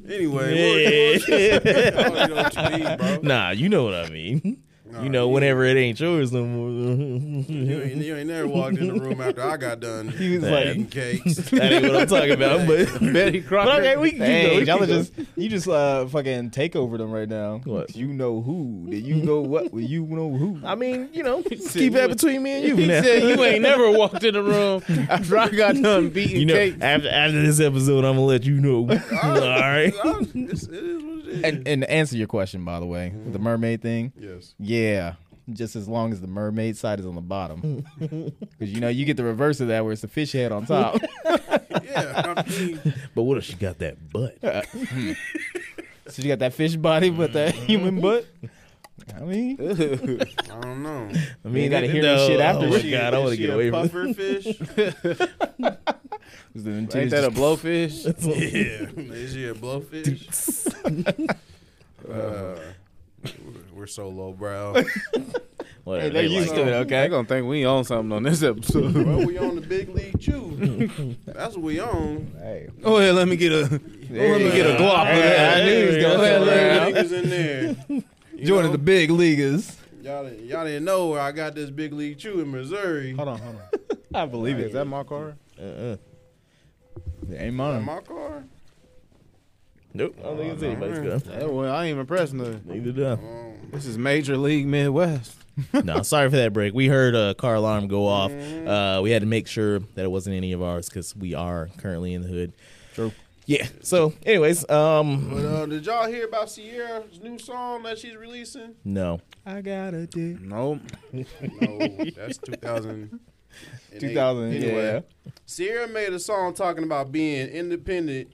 Anyway, what-
Yeah.
I don't know what you mean, bro.
nah, you know what I mean.
Nah,
You know, whenever it ain't yours no more.
you ain't, you ain't never walked in the room after I got done
He was like,
eating cakes.
that ain't what I'm talking about. But
Betty Crocker.
okay, we can keep
Dang,
going.
y'all are just you just uh fucking take over them right now.
What?
You know who? Did you know what? Well, you know who?
I mean, you know, keep
you
that
ain't-
between me and you.
He
now.
said you ain't never walked in the room after I got done beating
You know,
cake.
after after this episode, I'm gonna let you know. All right.
It's- it is what it is.
Mm-hmm.
And, and to answer your question, by the way, with the mermaid thing,
Yes.
yeah, just as long as the mermaid side is on the bottom. Because you know you get the reverse of that where it's the fish head on top.
Yeah, I mean,
But what if she got that butt?
so you got that fish body but that
Mm-hmm.
human butt. I mean,
I don't know.
I
You gotta
it-
hear this shit
Oh my
afterwards.
god, I want to get away from
puffer fish.
Ain't that a blowfish?
this.
yeah, is she a blowfish? uh, we're so lowbrow.
Whatever,
Hey, they're
they
used
like
to
it.
it,
They
okay?
gonna think we own something on this episode.
well, we on the big league too. That's what we on.
oh yeah, let me get a let me get a glop. of that.
I knew he was gonna
Go
come
ahead, let me-
Big leaguers in there. You
joining
know,
the big leaguers.
y'all, didn't- y'all didn't know where I got this big league chew in Missouri.
Hold on, hold on.
I believe
Is that my car?
Uh-uh.
They ain't mine.
In my car.
Nope, I don't think it's anybody's
man.
gun.
That one, I ain't impressed nothing.
Neither do I.
Um,
This is Major League Midwest.
no, sorry for that break. We heard a car alarm go off. Uh, we had to make sure that it wasn't any of ours because we are currently in the hood.
True.
Yeah. So, anyways,
but
um,
uh, did y'all hear about Sierra's new song that she's releasing?
no,
I got a dick.
Nope.
No, that's 2000.
2000,
Sierra made a song talking about being independent,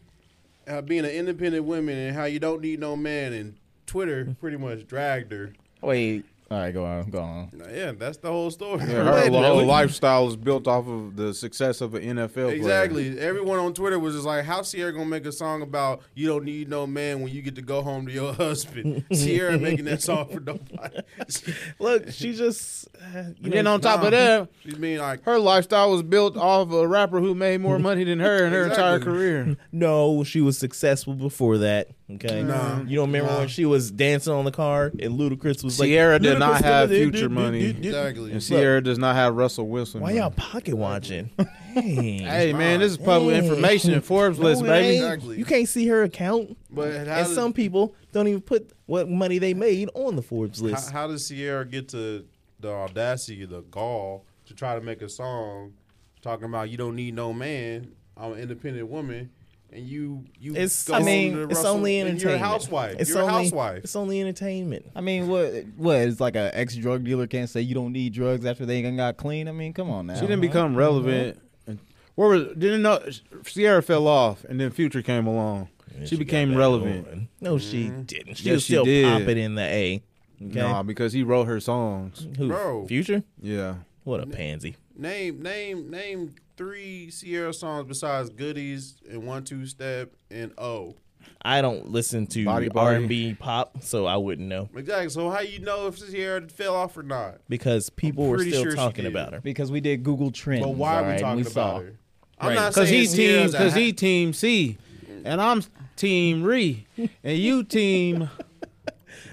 uh, being an independent woman, and how you don't need no man. And Twitter pretty much dragged her.
Wait. All right, go on, go on.
Now, yeah, that's the whole story.
Yeah, her whole lifestyle is built off of the success of an NFL player.
Exactly. Everyone on Twitter was just like, "How Sierra gonna make a song about you don't need no man when you get to go home to your husband?" Sierra making that song for nobody.
look, she just uh, you
And then
know,
on top
nah.
of that,
She's being like,
her lifestyle was built off of a rapper who made more money than her in her entire
Exactly.
career.
no, she was successful before that. Okay,
Nah.
you don't remember
Nah.
when she was dancing on the car and Ludacris was like,
Sierra did not
Ludacris
have
did- did-
future
did-
money.
did- did-
"Exactly."
And Sierra does not have Russell Wilson.
Why
money.
y'all pocket watching? Dang.
Hey man, this is public
Dang.
information. Forbes
No,
list,
it
baby.
ain't.
Exactly.
You can't see her account.
But how
and
did-
some people don't even put what money they made on the Forbes
How,
list.
how does Sierra get to the audacity, the gall to try to make a song talking about you don't need no man? I'm an independent woman, and you you.
it's
go
I
home
mean,
to
it's
Russell,
only
and
entertainment.
You're a housewife.
It's
you're
only,
a housewife.
It's only entertainment.
I mean, what? What? It's like a ex drug dealer can't say you don't need drugs after they ain't got clean. I mean, come on now.
She didn't become relevant. And Where was didn't know Sierra fell off and then Future came along. She, became relevant.
No, she
Mm-hmm.
didn't. She
Yes,
was
she
still
did.
popping in the A. Okay,
Nah, because he wrote her songs.
Who,
Bro.
Future?
Yeah.
What a pansy.
Name name name three Sierra songs besides "Goodies" and "One Two Step" and "Oh."
I don't listen to
Body,
R
body.
and B pop, so I wouldn't know
Exactly. So how you know if Sierra fell off or not?
because people were
pretty
still
sure she
talking
did.
about her.
because we did Google Trends.
But
all
why are
right,
we
and
talking about
saw.
her? I'm
Right.
not
Cause
saying
he team,
Sierra's a
cause
ha-
he team C, and I'm team Re, and you team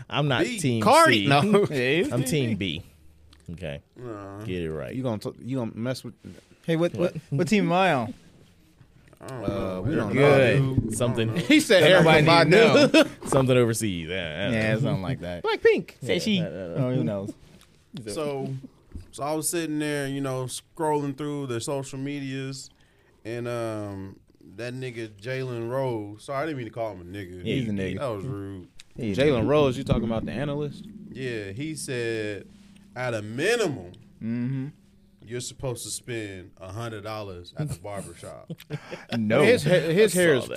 I'm not
B.
team
Cardi.
C.
No,
I'm team B. Okay,
Nah,
get it right.
you gonna t- you gonna mess with?
Hey, what, what what team am I on?
I don't
Uh,
know.
we don't
good.
know.
Dude,
Something,
He said everybody
Nobody
know.
knows.
something overseas. Yeah,
yeah, something like that.
Black Pink.
Say she. Oh, who knows?
So, so I was sitting there, you know, scrolling through their social medias, and um, that nigga Jalen Rose. Sorry, I didn't mean to call him a nigga.
Yeah, he's a nigga.
That was rude.
Jalen Rose, you talking about the analyst?
Yeah, he said, at a minimum,
Mm-hmm.
you're supposed to spend a hundred dollars at the barber shop.
No.
His ha- his
Oh. I
hair
saw
is
that.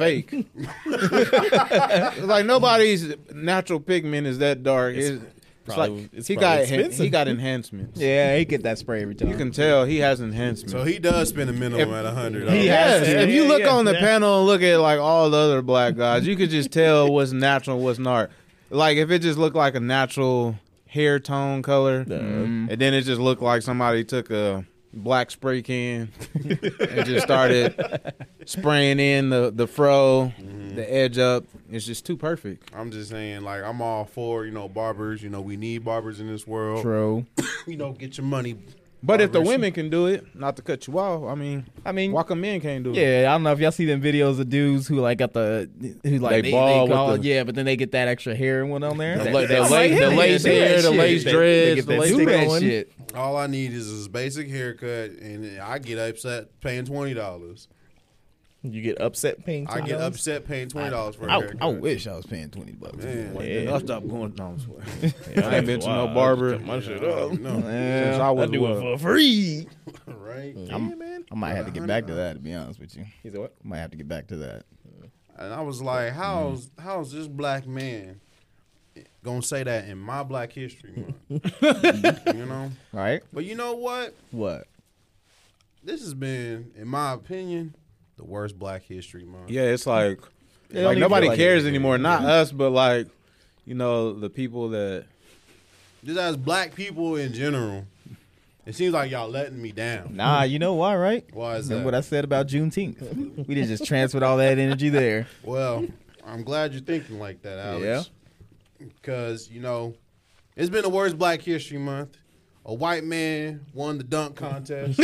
fake. like nobody's natural pigment is that dark. It's, it's
probably-
like
it's
he
probably
got
expensive.
he got enhancements.
Yeah, he get that spray every time.
You can tell he has enhancements.
so he does spend a minimum at a hundred.
He
dollars.
has-
Yes,
Yeah,
if you
yeah,
look
yeah,
on the
yeah.
panel and look at like all the other black guys, you could just tell what's natural, what's not. Like if it just looked like a natural hair tone color,
Mm.
and then it just looked like somebody took a black spray can and just started spraying in the the fro, the edge up. It's just too perfect.
I'm just saying, like, I'm all for you know barbers. You know, we need barbers in this world.
True.
You know, get your money.
But if the
Barbers.
women can do it, not to cut you off, I mean,
I mean,
why come men can't do it?
yeah, I don't know if y'all see them videos of dudes who like got the who like
They
they,
bald with
call,
the-
yeah, but then they get that extra hair and one on there.
The, la- the, la-
I'm like,
the
hell yeah,
lace
do that
hair, the
shit.
lace
They- they
dreads,
get
the
that
lace
Do that
going.
shit.
All I need is this basic haircut, and I get upset paying twenty dollars.
You get upset paying. $10?
I get upset paying twenty dollars for a
I,
haircut.
I wish I was paying twenty bucks.
Man.
Yeah.
I stopped going. No, I'm swearing.
Yeah,
I ain't been to
wow,
no barber
my shit up.
no,
since I was
I do it
what,
for free.
right?
yeah, man.
I might have to get back to that. To be honest with you,
He said what?
might have to get back to that.
And I was like, how's how's this black man gonna say that in my Black History Month? you know.
Right?
But you know what?
What?
This has been, in my opinion, the worst Black History Month.
Yeah, it's like
don't
like
even
nobody
feel like
cares anymore. Not us, but like you know the people that
Just as black people in general, it seems like y'all letting me down.
Nah, you know why, right?
Why is
Remember what
that?
I said about Juneteenth? we did just transferred all that energy there.
well, I'm glad you're thinking like that, Alex. Because, you know, it's been the worst Black History Month. A white man won the dunk contest.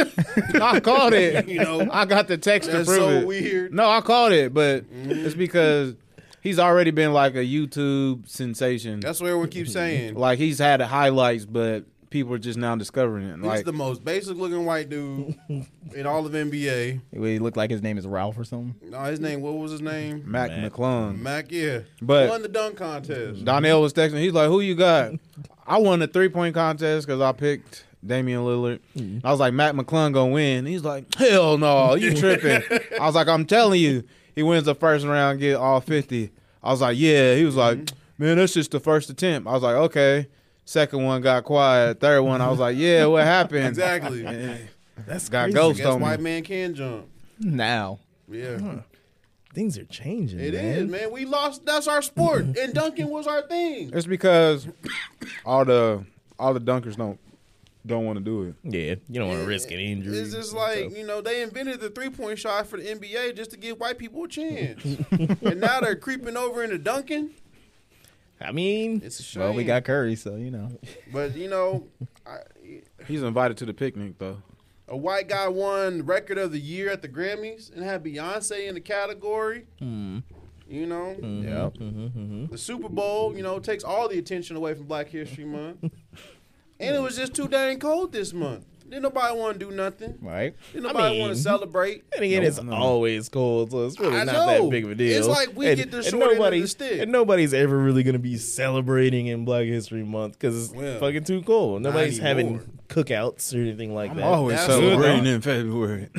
I called it.
you know,
I got the text
that's
to prove
so
it.
weird. Mm-hmm.
No, I called it, but it's because he's already been like a YouTube sensation.
That's what everyone keeps saying.
like he's had highlights, but people are just now discovering it.
He's
Like
the most basic looking white dude in all of NBA.
He looked like his name is Ralph or something.
No, his name, what was his name?
Mac
Mac.
McClung.
Mac, yeah.
But-
won the dunk contest.
Donnell was texting. He's like, "Who you got?" I won a three point contest because I picked Damian Lillard.
Mm.
I was like, "Matt McClung gonna win." He's like, "Hell no, you tripping?" I was like, "I'm telling you, he wins the first round, get all 50. I was like, "Yeah." He was like,
Mm-hmm.
"Man, that's just the first attempt." I was like, "Okay." Second one got quiet. Third one, I was like, "Yeah, what happened?"
Exactly.
That's
Got
crazy.
ghost.
Guess
on me.
white man can jump.
Now.
Yeah.
Things are changing.
It
man.
is, man. We lost. That's our sport, and dunking was our thing.
It's because all the all the dunkers don't don't want to do it.
Yeah, you don't want to risk an injury.
It's just like you know they invented the three point shot for the NBA just to give white people a chance, and now they're creeping over into dunking.
I mean,
It's a shame.
Well, we got Curry, so you know.
but you know, I,
He's invited to the picnic though.
a white guy won record of the year at the Grammys and had Beyonce in the category.
Hmm.
You know,
Yeah. mm-hmm.
the Super Bowl, you know, takes all the attention away from Black History Month. and it was just too dang cold this month. Didn't nobody want to do nothing.
Right?
Didn't nobody
mean,
want to celebrate.
and again,
No,
it's
no.
always cold, so it's really
I
not
know.
that big of a deal.
It's like we
and,
get the
and
short end of the
nobody-
stick.
and nobody's ever really going to be celebrating in Black History Month because it's
Well,
fucking too cold. Nobody's
anymore.
having cookouts or anything like that.
That's celebrating
in February.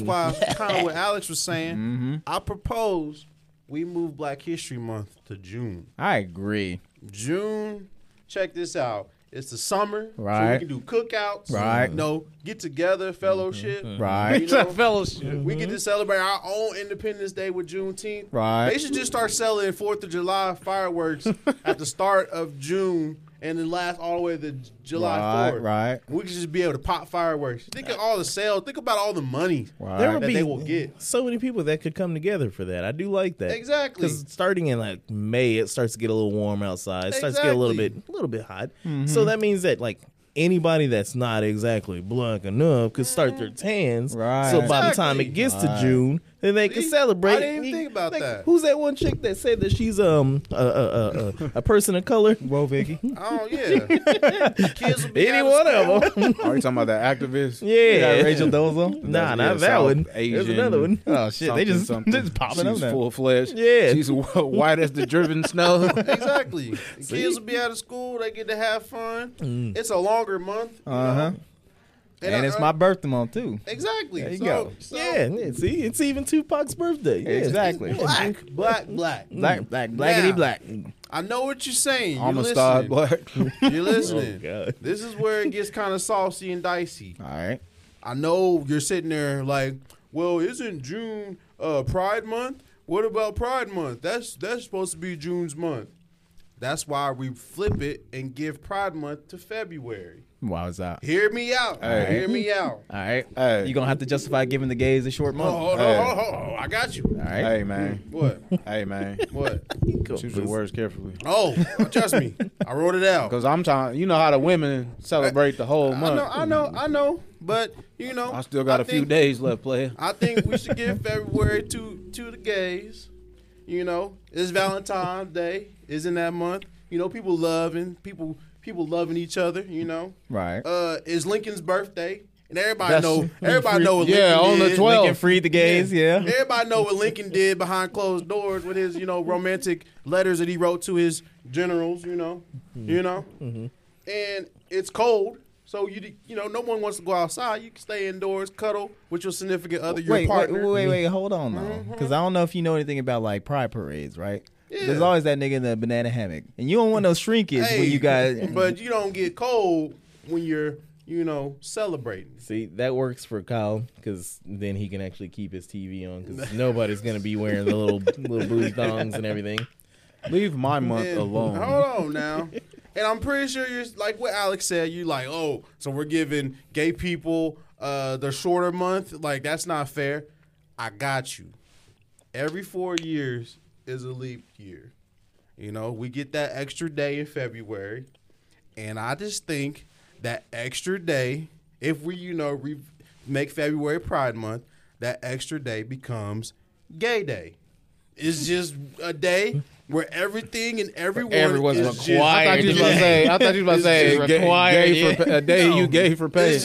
why, kind of what Alex was saying,
Mm-hmm.
I propose we move Black History Month to June.
I agree.
June, check this out. It's the summer,
Right.
So we can do cookouts,
Right. Mm-hmm.
You know, get together, fellowship,
Right.
You know,
fellowship.
we get to celebrate our own Independence Day with Juneteenth.
Right.
They should just start selling Fourth of July fireworks at the start of June and then last all the way to J- July
Right,
4th.
right.
We could just be able to pop fireworks. Think of all the sales. Think about all the money
there
Right.
would
that
be
they will get.
so many people that could come together for that. I do like that
Exactly.
because starting in like May, it starts to get a little warm outside. It starts to get a little bit,
Exactly. Mm-hmm.
a little bit hot. So that means that like anybody that's not exactly black enough could start their tans.
Right.
So by the time it
Mm-hmm. Exactly.
gets to
Right.
June, then they can
See?
celebrate.
I didn't even
You-
think about that.
Who's that one chick that said that she's um a a a, a, a person of color?
Whoa, Vicky.
Oh yeah, kids will be
Any
out of
one
school.
of them?
Are Oh, you talking about that activist?
yeah.
Rachel Dozo.
Nah,
Yeah,
not that
South
one. There's
Asian
another one.
Oh shit!
Something,
they just
something.
just popping up
She's
now.
full fledged.
Yeah.
she's wh- white as the driven snow.
Exactly. Kids will be out of school. They get to have fun. It's a longer month. you know?
Uh huh. And,
I-
it's
I-
my birthday month too.
Exactly.
There you
so,
go.
so-
Yeah, yeah, see, it's even Tupac's birthday. Yeah.
Exactly.
Black, black, black.
Black,
Mm.
black, blackity
Now.
black.
I know what you're saying. You're
I'm a star
listening.
black.
You're listening.
God.
This is where it gets kind of saucy and dicey.
All right.
I know you're sitting there like, well, isn't June uh, Pride Month? What about Pride Month? That's that's supposed to be June's month. That's why we flip it and give Pride Month to February.
Wow, is that?
Hear me out.
Hey.
Hear me out.
All right.
Hey.
You're gonna have to justify giving the gays a short
Oh,
month.
hold
Hey.
on, hold on, hold on. I got you.
All right.
Hey man,
What?
hey man,
What?
choose your words carefully.
Oh, trust me. I wrote it out.
Cause I'm trying. You know how the women celebrate the whole
I know,
month.
I know, I know. But you know,
I still got
a
a few days left, player.
I think we should give February to to the gays. You know, it's Valentine's Day, is in that month. You know, people loving people people loving each other. You know,
Right.
uh, it's Lincoln's birthday. and everybody
That's-
know everybody know what
Yeah,
Lincoln
on the
did.
12.
Lincoln freed the gays. Yeah.
Everybody know what Lincoln did behind closed doors with his, you know, romantic letters that he wrote to his generals. You know, you know, and it's cold, so you you know, no one wants to go outside. You can stay indoors, cuddle with your significant other, your
wait, wait,
partner. Mm-hmm.
wait, wait, hold on though, because I don't know if you know anything about like pride parades, right? There's
Yeah.
always that nigga in the banana hammock, and you don't want no shrinkage
Hey,
when you got.
but you don't get cold when you're, you know, celebrating.
See, that works for Kyle because then he can actually keep his TV on because nobody's gonna be wearing the little little booty thongs and everything.
Leave my month
And-
alone.
Hold on now. And I'm pretty sure you're like what Alex said. You like, oh, so we're giving gay people uh, the shorter month. Like that's not fair. I got you. Every four years is a leap year. You know, we get that extra day in February, and I just think that extra day, if we you know re- make February Pride Month, that extra day becomes Gay Day. It's just a day where everything and everyone
Everyone's
is just-
I thought you was about to say. I thought you was about to say
It's
gay,
required,
gay
yeah.
for pa- uh, a day
No.
you gay for pay.
It's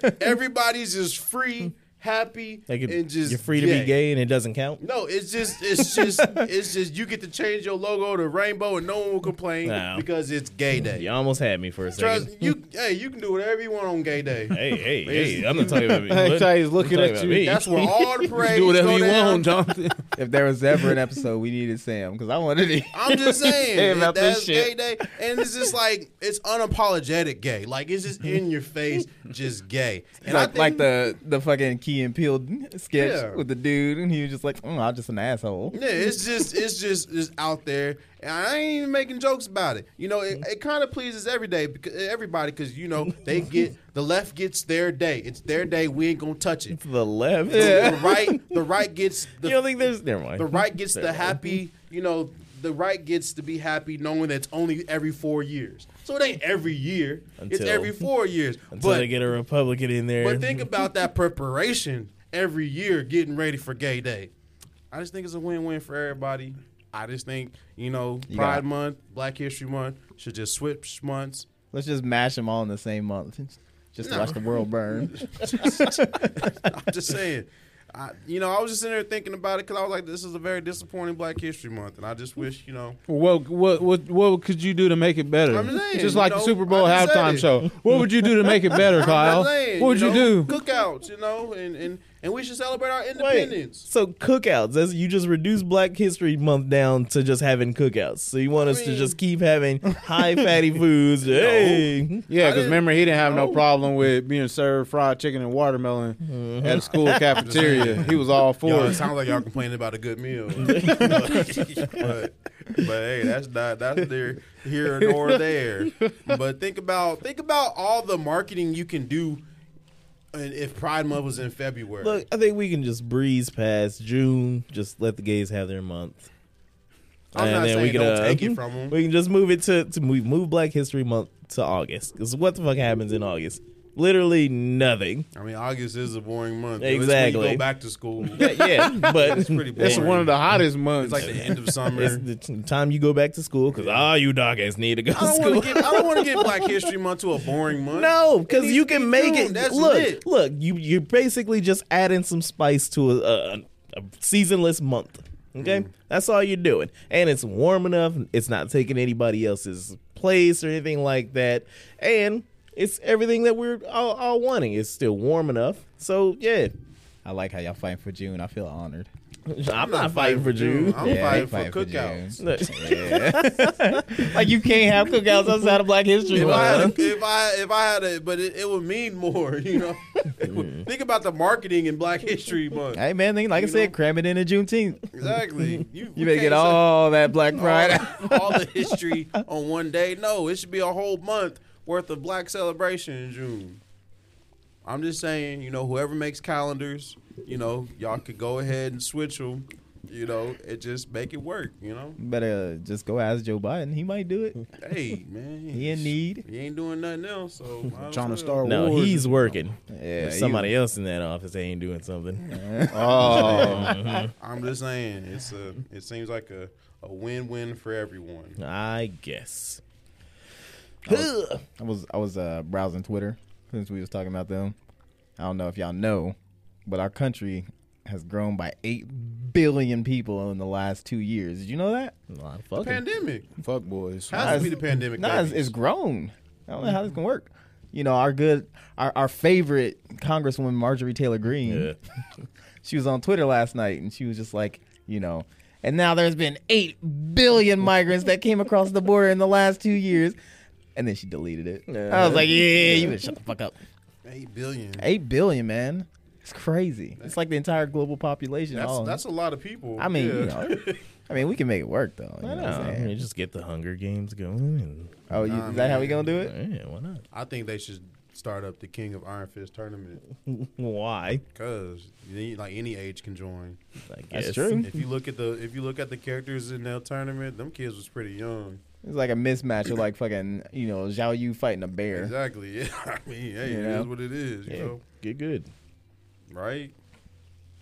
gay. Everybody's just free, happy,
Like it,
and just
you're free to be gay and it doesn't count.
No, it's just it's just it's just you get to change your logo to rainbow and no one will complain
No.
because it's gay day.
You almost had me for a
Trust
second.
you hey, you can do whatever you want on gay day.
Hey, hey, hey! I'm not talking about me.
Hey, Ty, he's
I'm
looking
talking
at
about
you.
me.
That's where all the parades
Do whatever
go
you
down.
want, Jonathan.
if there was ever an episode, we needed Sam because I wanted to.
I'm just saying
Damn, about this
that's
shit.
gay day, and it's just like it's unapologetic gay. Like it's just in your face, just gay. And I
like,
think,
like the the fucking Key and Peele sketch
Yeah.
with the dude, and he was just like, mm, "I'm just an asshole."
Yeah, it's just it's just it's out there, and I ain't even making jokes about it. You know, it, it kind of pleases every day because everybody because you know they get the left gets their day. It's their day. We ain't gonna touch it.
the left.
The right, the right gets the
You don't think there's? Never mind.
the right gets the happy. You know, the right gets to be happy knowing that it's only every four years. So it ain't every year. it's
Until-
every four years.
Until
but
they get a Republican in there.
but think about that preparation every year, getting ready for Gay Day. I just think it's a win-win for everybody. I just think you know Pride
got-
Month, Black History Month should just switch months.
Let's just mash them all in the same month, just to watch the world burn.
I'm just saying. I, you know, I was just sitting there thinking about it because I was like, this is a very disappointing Black History Month, and I just wish you know.
Well, what what what could you do to make it better?
I'm saying,
just like
you
the
know,
Super Bowl
I just said
halftime
it.
show. What would you do to make it better, Kyle?
I'm saying,
what would you, do?
know, Cookouts, you know, and and and we should celebrate our
Wait,
independence.
so cookouts? That's, you just reduce Black History Month down to just having cookouts. So you want us to
mean-
just keep having high fatty foods? Hey,
Yeah,
I
because
didn't-
remember he didn't have no
no.
problem with being served fried chicken and watermelon at the school cafeteria. he was all for
Mm-hmm. Y'all, it
it.
sounds like y'all complaining about a good meal, but, but hey, that's not that's neither here nor there. But think about think about all the marketing you can do, and if Pride Month was in February,
look, I think we can just breeze past June. Just let the gays have their month.
I'm not saying don't take it from 'em.
uh, We can just move it to to move, move Black History Month to August. Because what the fuck happens in August? Literally nothing.
I mean August is a boring month. It's when
Exactly.
you go back to school.
Yeah, yeah but
It's pretty boring.
It's one of the hottest months.
It's like the end of summer.
It's the t- time you go back to school because all you dog ass need to go
I
to
don't want
school.
to get I don't want to get Black History Month to a boring month.
no, because
needs
you
to be
can make
June.
it.
That's
look,
lit.
look, you you're basically just adding some spice to a, a, a seasonless month. Okay, that's all you're doing, and it's warm enough. It's not taking anybody else's place or anything like that, and it's everything that we're all, all wanting. It's still warm enough, so yeah.
I like how y'all fighting for June. I feel honored.
I'm, not, fighting for June.
I'm
Yeah,
fighting
they fighting
for
for
cookouts.
June.
Look,
Like you can't have cookouts outside of Black History
If I,
Month.
had a, if I if I had a, but it, it would mean more, you know. It would- Think about the marketing in Black History Month.
Hey man, think- like I
You
said,
know?
cram it in a Juneteenth.
Exactly.
You
we
better
can't
get all that Black Pride.
say
out.
all, all the history on one day. No, it should be a whole month worth of Black celebration in June. I'm just saying, you know, whoever makes calendars, you know, y'all could go ahead and switch them. You know, and just make it work. You know,
Better just go ask Joe Biden. He might do it.
hey man,
He in need.
He ain't doing nothing else, so might as
Trying to
well.
start
no,
wars.
he's working.
Yeah,
There's
he-
somebody else in that office that ain't doing something.
oh,
I'm just saying, it's a. It seems like a, a win-win for everyone.
I guess.
I was I was uh, browsing Twitter since we was talking about them, I don't know if y'all know, but our country has grown by 8 billion people in the last two years. Did you know that?
Nah, fuck it.
Pandemic.
Fuck boys.
How
Nah,
to be the
it's-
pandemic?
Nah, it's,
baby?
it's grown. I don't know how this can work. You know, our good, our, our favorite Congresswoman Marjorie Taylor Greene.
Yeah.
she was on Twitter last night and she was just like, you know, and now there's been 8 billion migrants that came across the border in the last two years. And then she deleted it. I was like, yeah, you better shut the fuck up.
eight billion.
8 billion, man. It's crazy. It's like the entire global population.
That's
all-
that's a lot of people.
I mean, you
yeah.
know, I mean, we can make it work, though. You know what
Nah,
I'm
I
saying?
mean, just get the Hunger Games going, and
Oh, you,
Nah,
is that how we
man.
going to do it?
yeah, why not?
I think they should start up the King of Iron Fist tournament
Why?
because like any age can join.
I guess.
That's true.
If you look at the if you look at the characters in that tournament, them kids was pretty young.
It's like a mismatch of like fucking, you know, Zhao Yu fighting a bear.
Exactly. Yeah. I mean, hey,
You
it
know?
is what it is. You
Yeah,
know,
get good.
right?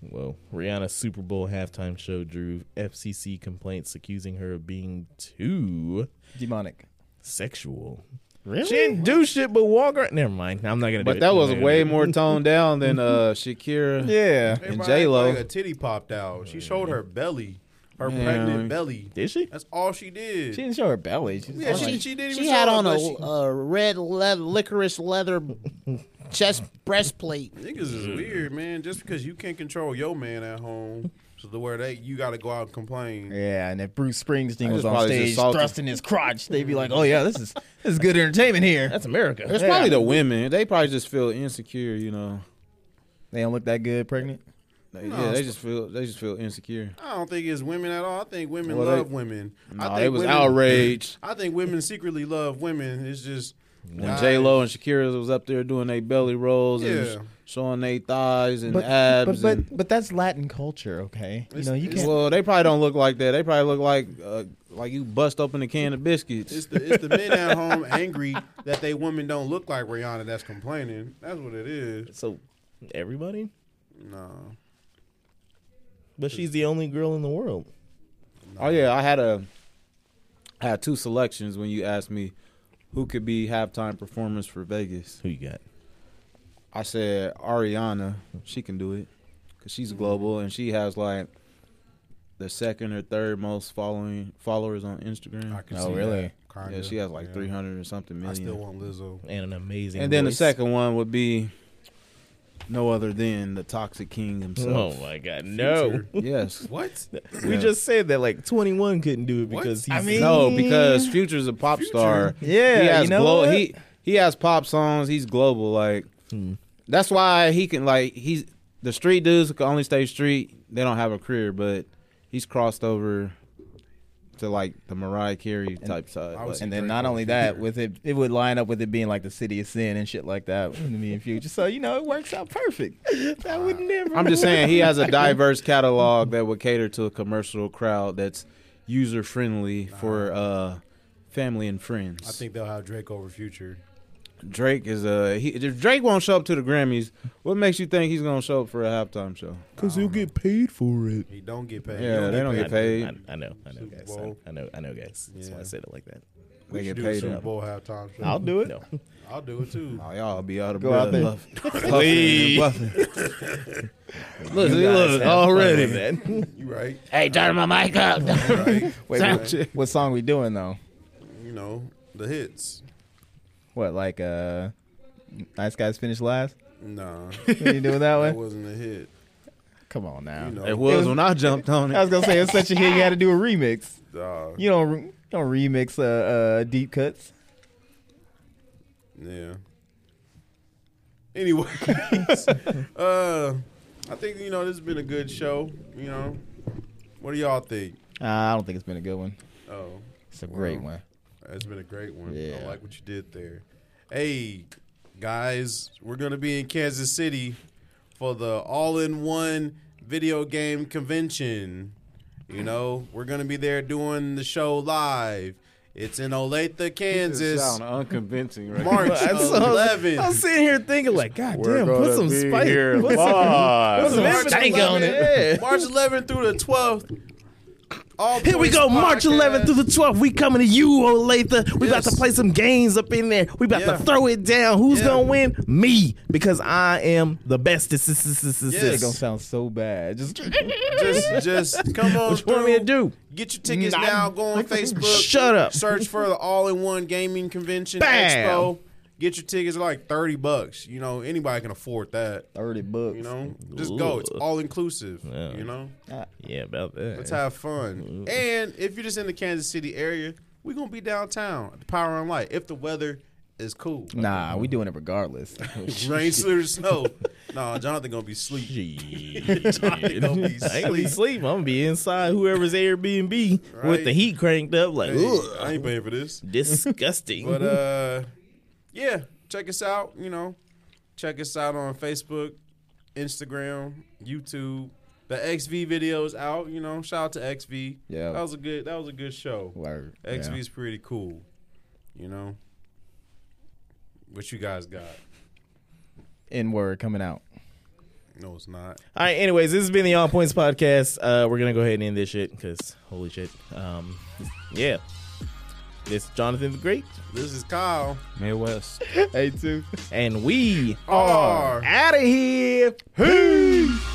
Well, Rihanna's Super Bowl halftime show drew FCC complaints accusing her of being too
Demonic.
sexual. Really? She didn't do shit but walk around. Never mind. I'm not gonna. do
But
it.
that
I'm
was
not gonna
way
do it.
more toned down than uh, Shakira.
Yeah.
And
Everybody
J-Lo.
act Like a titty popped out. She showed her belly, her
Yeah.
pregnant belly.
Did she?
That's all she did.
She didn't show her belly. She
yeah, she,
like,
she didn't even
She
show
had
her
on a,
butt.
a red leather, licorice leather chest breastplate.
Niggas is weird, man. Just because you can't control your man at home, so the where they you got to go out and complain.
Yeah, and if Bruce
I
Springsteen
just
was on
probably just
stage
salty.
thrusting his crotch, they'd be like, "Oh yeah, this is this is good entertainment here."
That's America.
It's probably the women. They probably just feel insecure, you know.
They don't look that good pregnant.
They- yeah, they just feel they just feel insecure.
I don't think it's women at all. I think women
Well, they-
love women. I
No,
think
they was
women-
outraged
I think women secretly love women. It's just
when J Lo and Shakira was up there doing their belly rolls
Yeah.
and showing their thighs and
But but,
abs. and-
but but that's Latin culture, okay? You
It's-
know, you
it's-
can't.
well, they probably don't look like that. They probably look like uh, like you bust open a can of
It's
biscuits.
the it's the men at home angry that they women don't look like Rihanna. That's complaining. That's what it is.
So everybody,
No,
but she's the only girl in the world.
Oh yeah, I had a I had two selections when you asked me who could be halftime performers for Vegas.
Who you got?
I said Ariana, she can do it because she's global and she has like the second or third most following followers on Instagram.
I can
Oh,
see
really?
that. Kinda.
yeah, she has like
Yeah.
300 or something
I
million.
still want Lizzo.
And an amazing.
and then the
voice.
second one would be no other than the Toxic King himself.
Oh my God! No,
Yes.
What?
we
Yeah.
just said that like 21 couldn't do it because he's.
no, because Future's a pop star.
Yeah,
he has
you know
glo-
what?
he he has pop songs. He's global. Like that's why he can like he's the street dudes can only stay street. They don't have a career, but he's crossed over to like the Mariah Carey type side.
I was-
Like,
and then not only that, with it, it would line up with it being like the city of sin and shit like that in the future. So you know, it works out perfect. That would never.
I'm just saying he has a diverse catalog that would cater to a commercial crowd that's user friendly for uh family and friends.
I think they'll have Drake over Future.
Drake is a he, if Drake won't show up to the Grammys, what makes you think he's gonna show up for a halftime show?
because he'll get paid for it.
He don't get paid.
Yeah, they don't
I,
get paid.
I, I know, I know,
Super
guys.
Bowl.
I, I know, I know, guys. That's why I
Yeah.
said it like that.
They get
should do a
paid.
Super
enough.
Bowl halftime show.
I'll do it.
No,
I'll do it too.
Oh, y'all be out of
Go
breath.
out there.
Buffing, buffing, look, see, look, already.
You right?
Hey, turn my mic up.
You right?
Wait, what, what song we doing though?
You know the hits.
What like uh, nice guys finish last?
Nah,
What you doing that
that
one?
wasn't a hit.
Come on now.
You know,
It was when I jumped on
I was
it.
gonna say it's such a hit. You had to do a remix.
dog.
You don't re- don't remix uh, uh deep cuts.
Yeah. Anyway, uh, I think you know this has been a good show. You know, what do y'all think?
Uh, I don't think it's been a good one.
Oh,
It's a great one.
it's been a great one. I
Yeah.
like what you did there. Hey, guys, we're gonna be in Kansas City for the all-in-one video game convention. You know, we're gonna be there doing the show live. It's in Olathe,
This
Kansas,
sound unconvincing, right?
March
I
11th.
was sitting here thinking, like, God damn, put some spice. Put some,
live.
put some
Tango on
on it.
March 11th through the 12th. All
Here we
Points
go, March
Podcast.
11th through the 12th. We coming to you, Olathe. We about
Yes.
to play some games up in there. We about
Yeah.
to throw it down. Who's
Yeah.
gonna win? Me, because I am the best. This is this is this
Yes.
is.
Don't sound so bad. Just
Just, just come on.
What you want me to
through.
do?
Get your tickets
Nah.
now. Go on Facebook.
Shut up.
Search for the All in One Gaming Convention
Bam.
Expo. Get your tickets They're like thirty bucks. You know anybody can afford that.
thirty bucks.
You know, just go. It's
Ooh.
all inclusive.
Yeah.
You know,
Yeah, Mm-hmm. about that.
let's have fun. And if you're just in the Kansas City area, we're gonna be downtown at the Power and Light if the weather is cool.
Nah, we doing it regardless. Oh,
Rain, sleet, or snow. nah, Jonathan gonna be sleep. Jonathan gonna be
I ain't gonna be
sleep.
sleeping. I'm gonna be inside whoever's Airbnb with the
Right.
heat cranked up, like
Hey,
ugh,
I ain't paying for this.
disgusting.
But uh, yeah, check us out. You know, check us out on Facebook, Instagram, YouTube. The XV videos out. You know, shout out to XV.
Yeah.
that was a good. That was a good show.
Word.
XV is pretty cool. You know, what you guys got?
N word coming out.
No, it's not.
All right. Anyways, this has been the All Points podcast. Uh, we're gonna go ahead and end this shit because holy shit. Um, yeah. This is Jonathan the Great,
This is Kyle.
Midwest.
Hey, too.
and we
Are
out of here. Peace.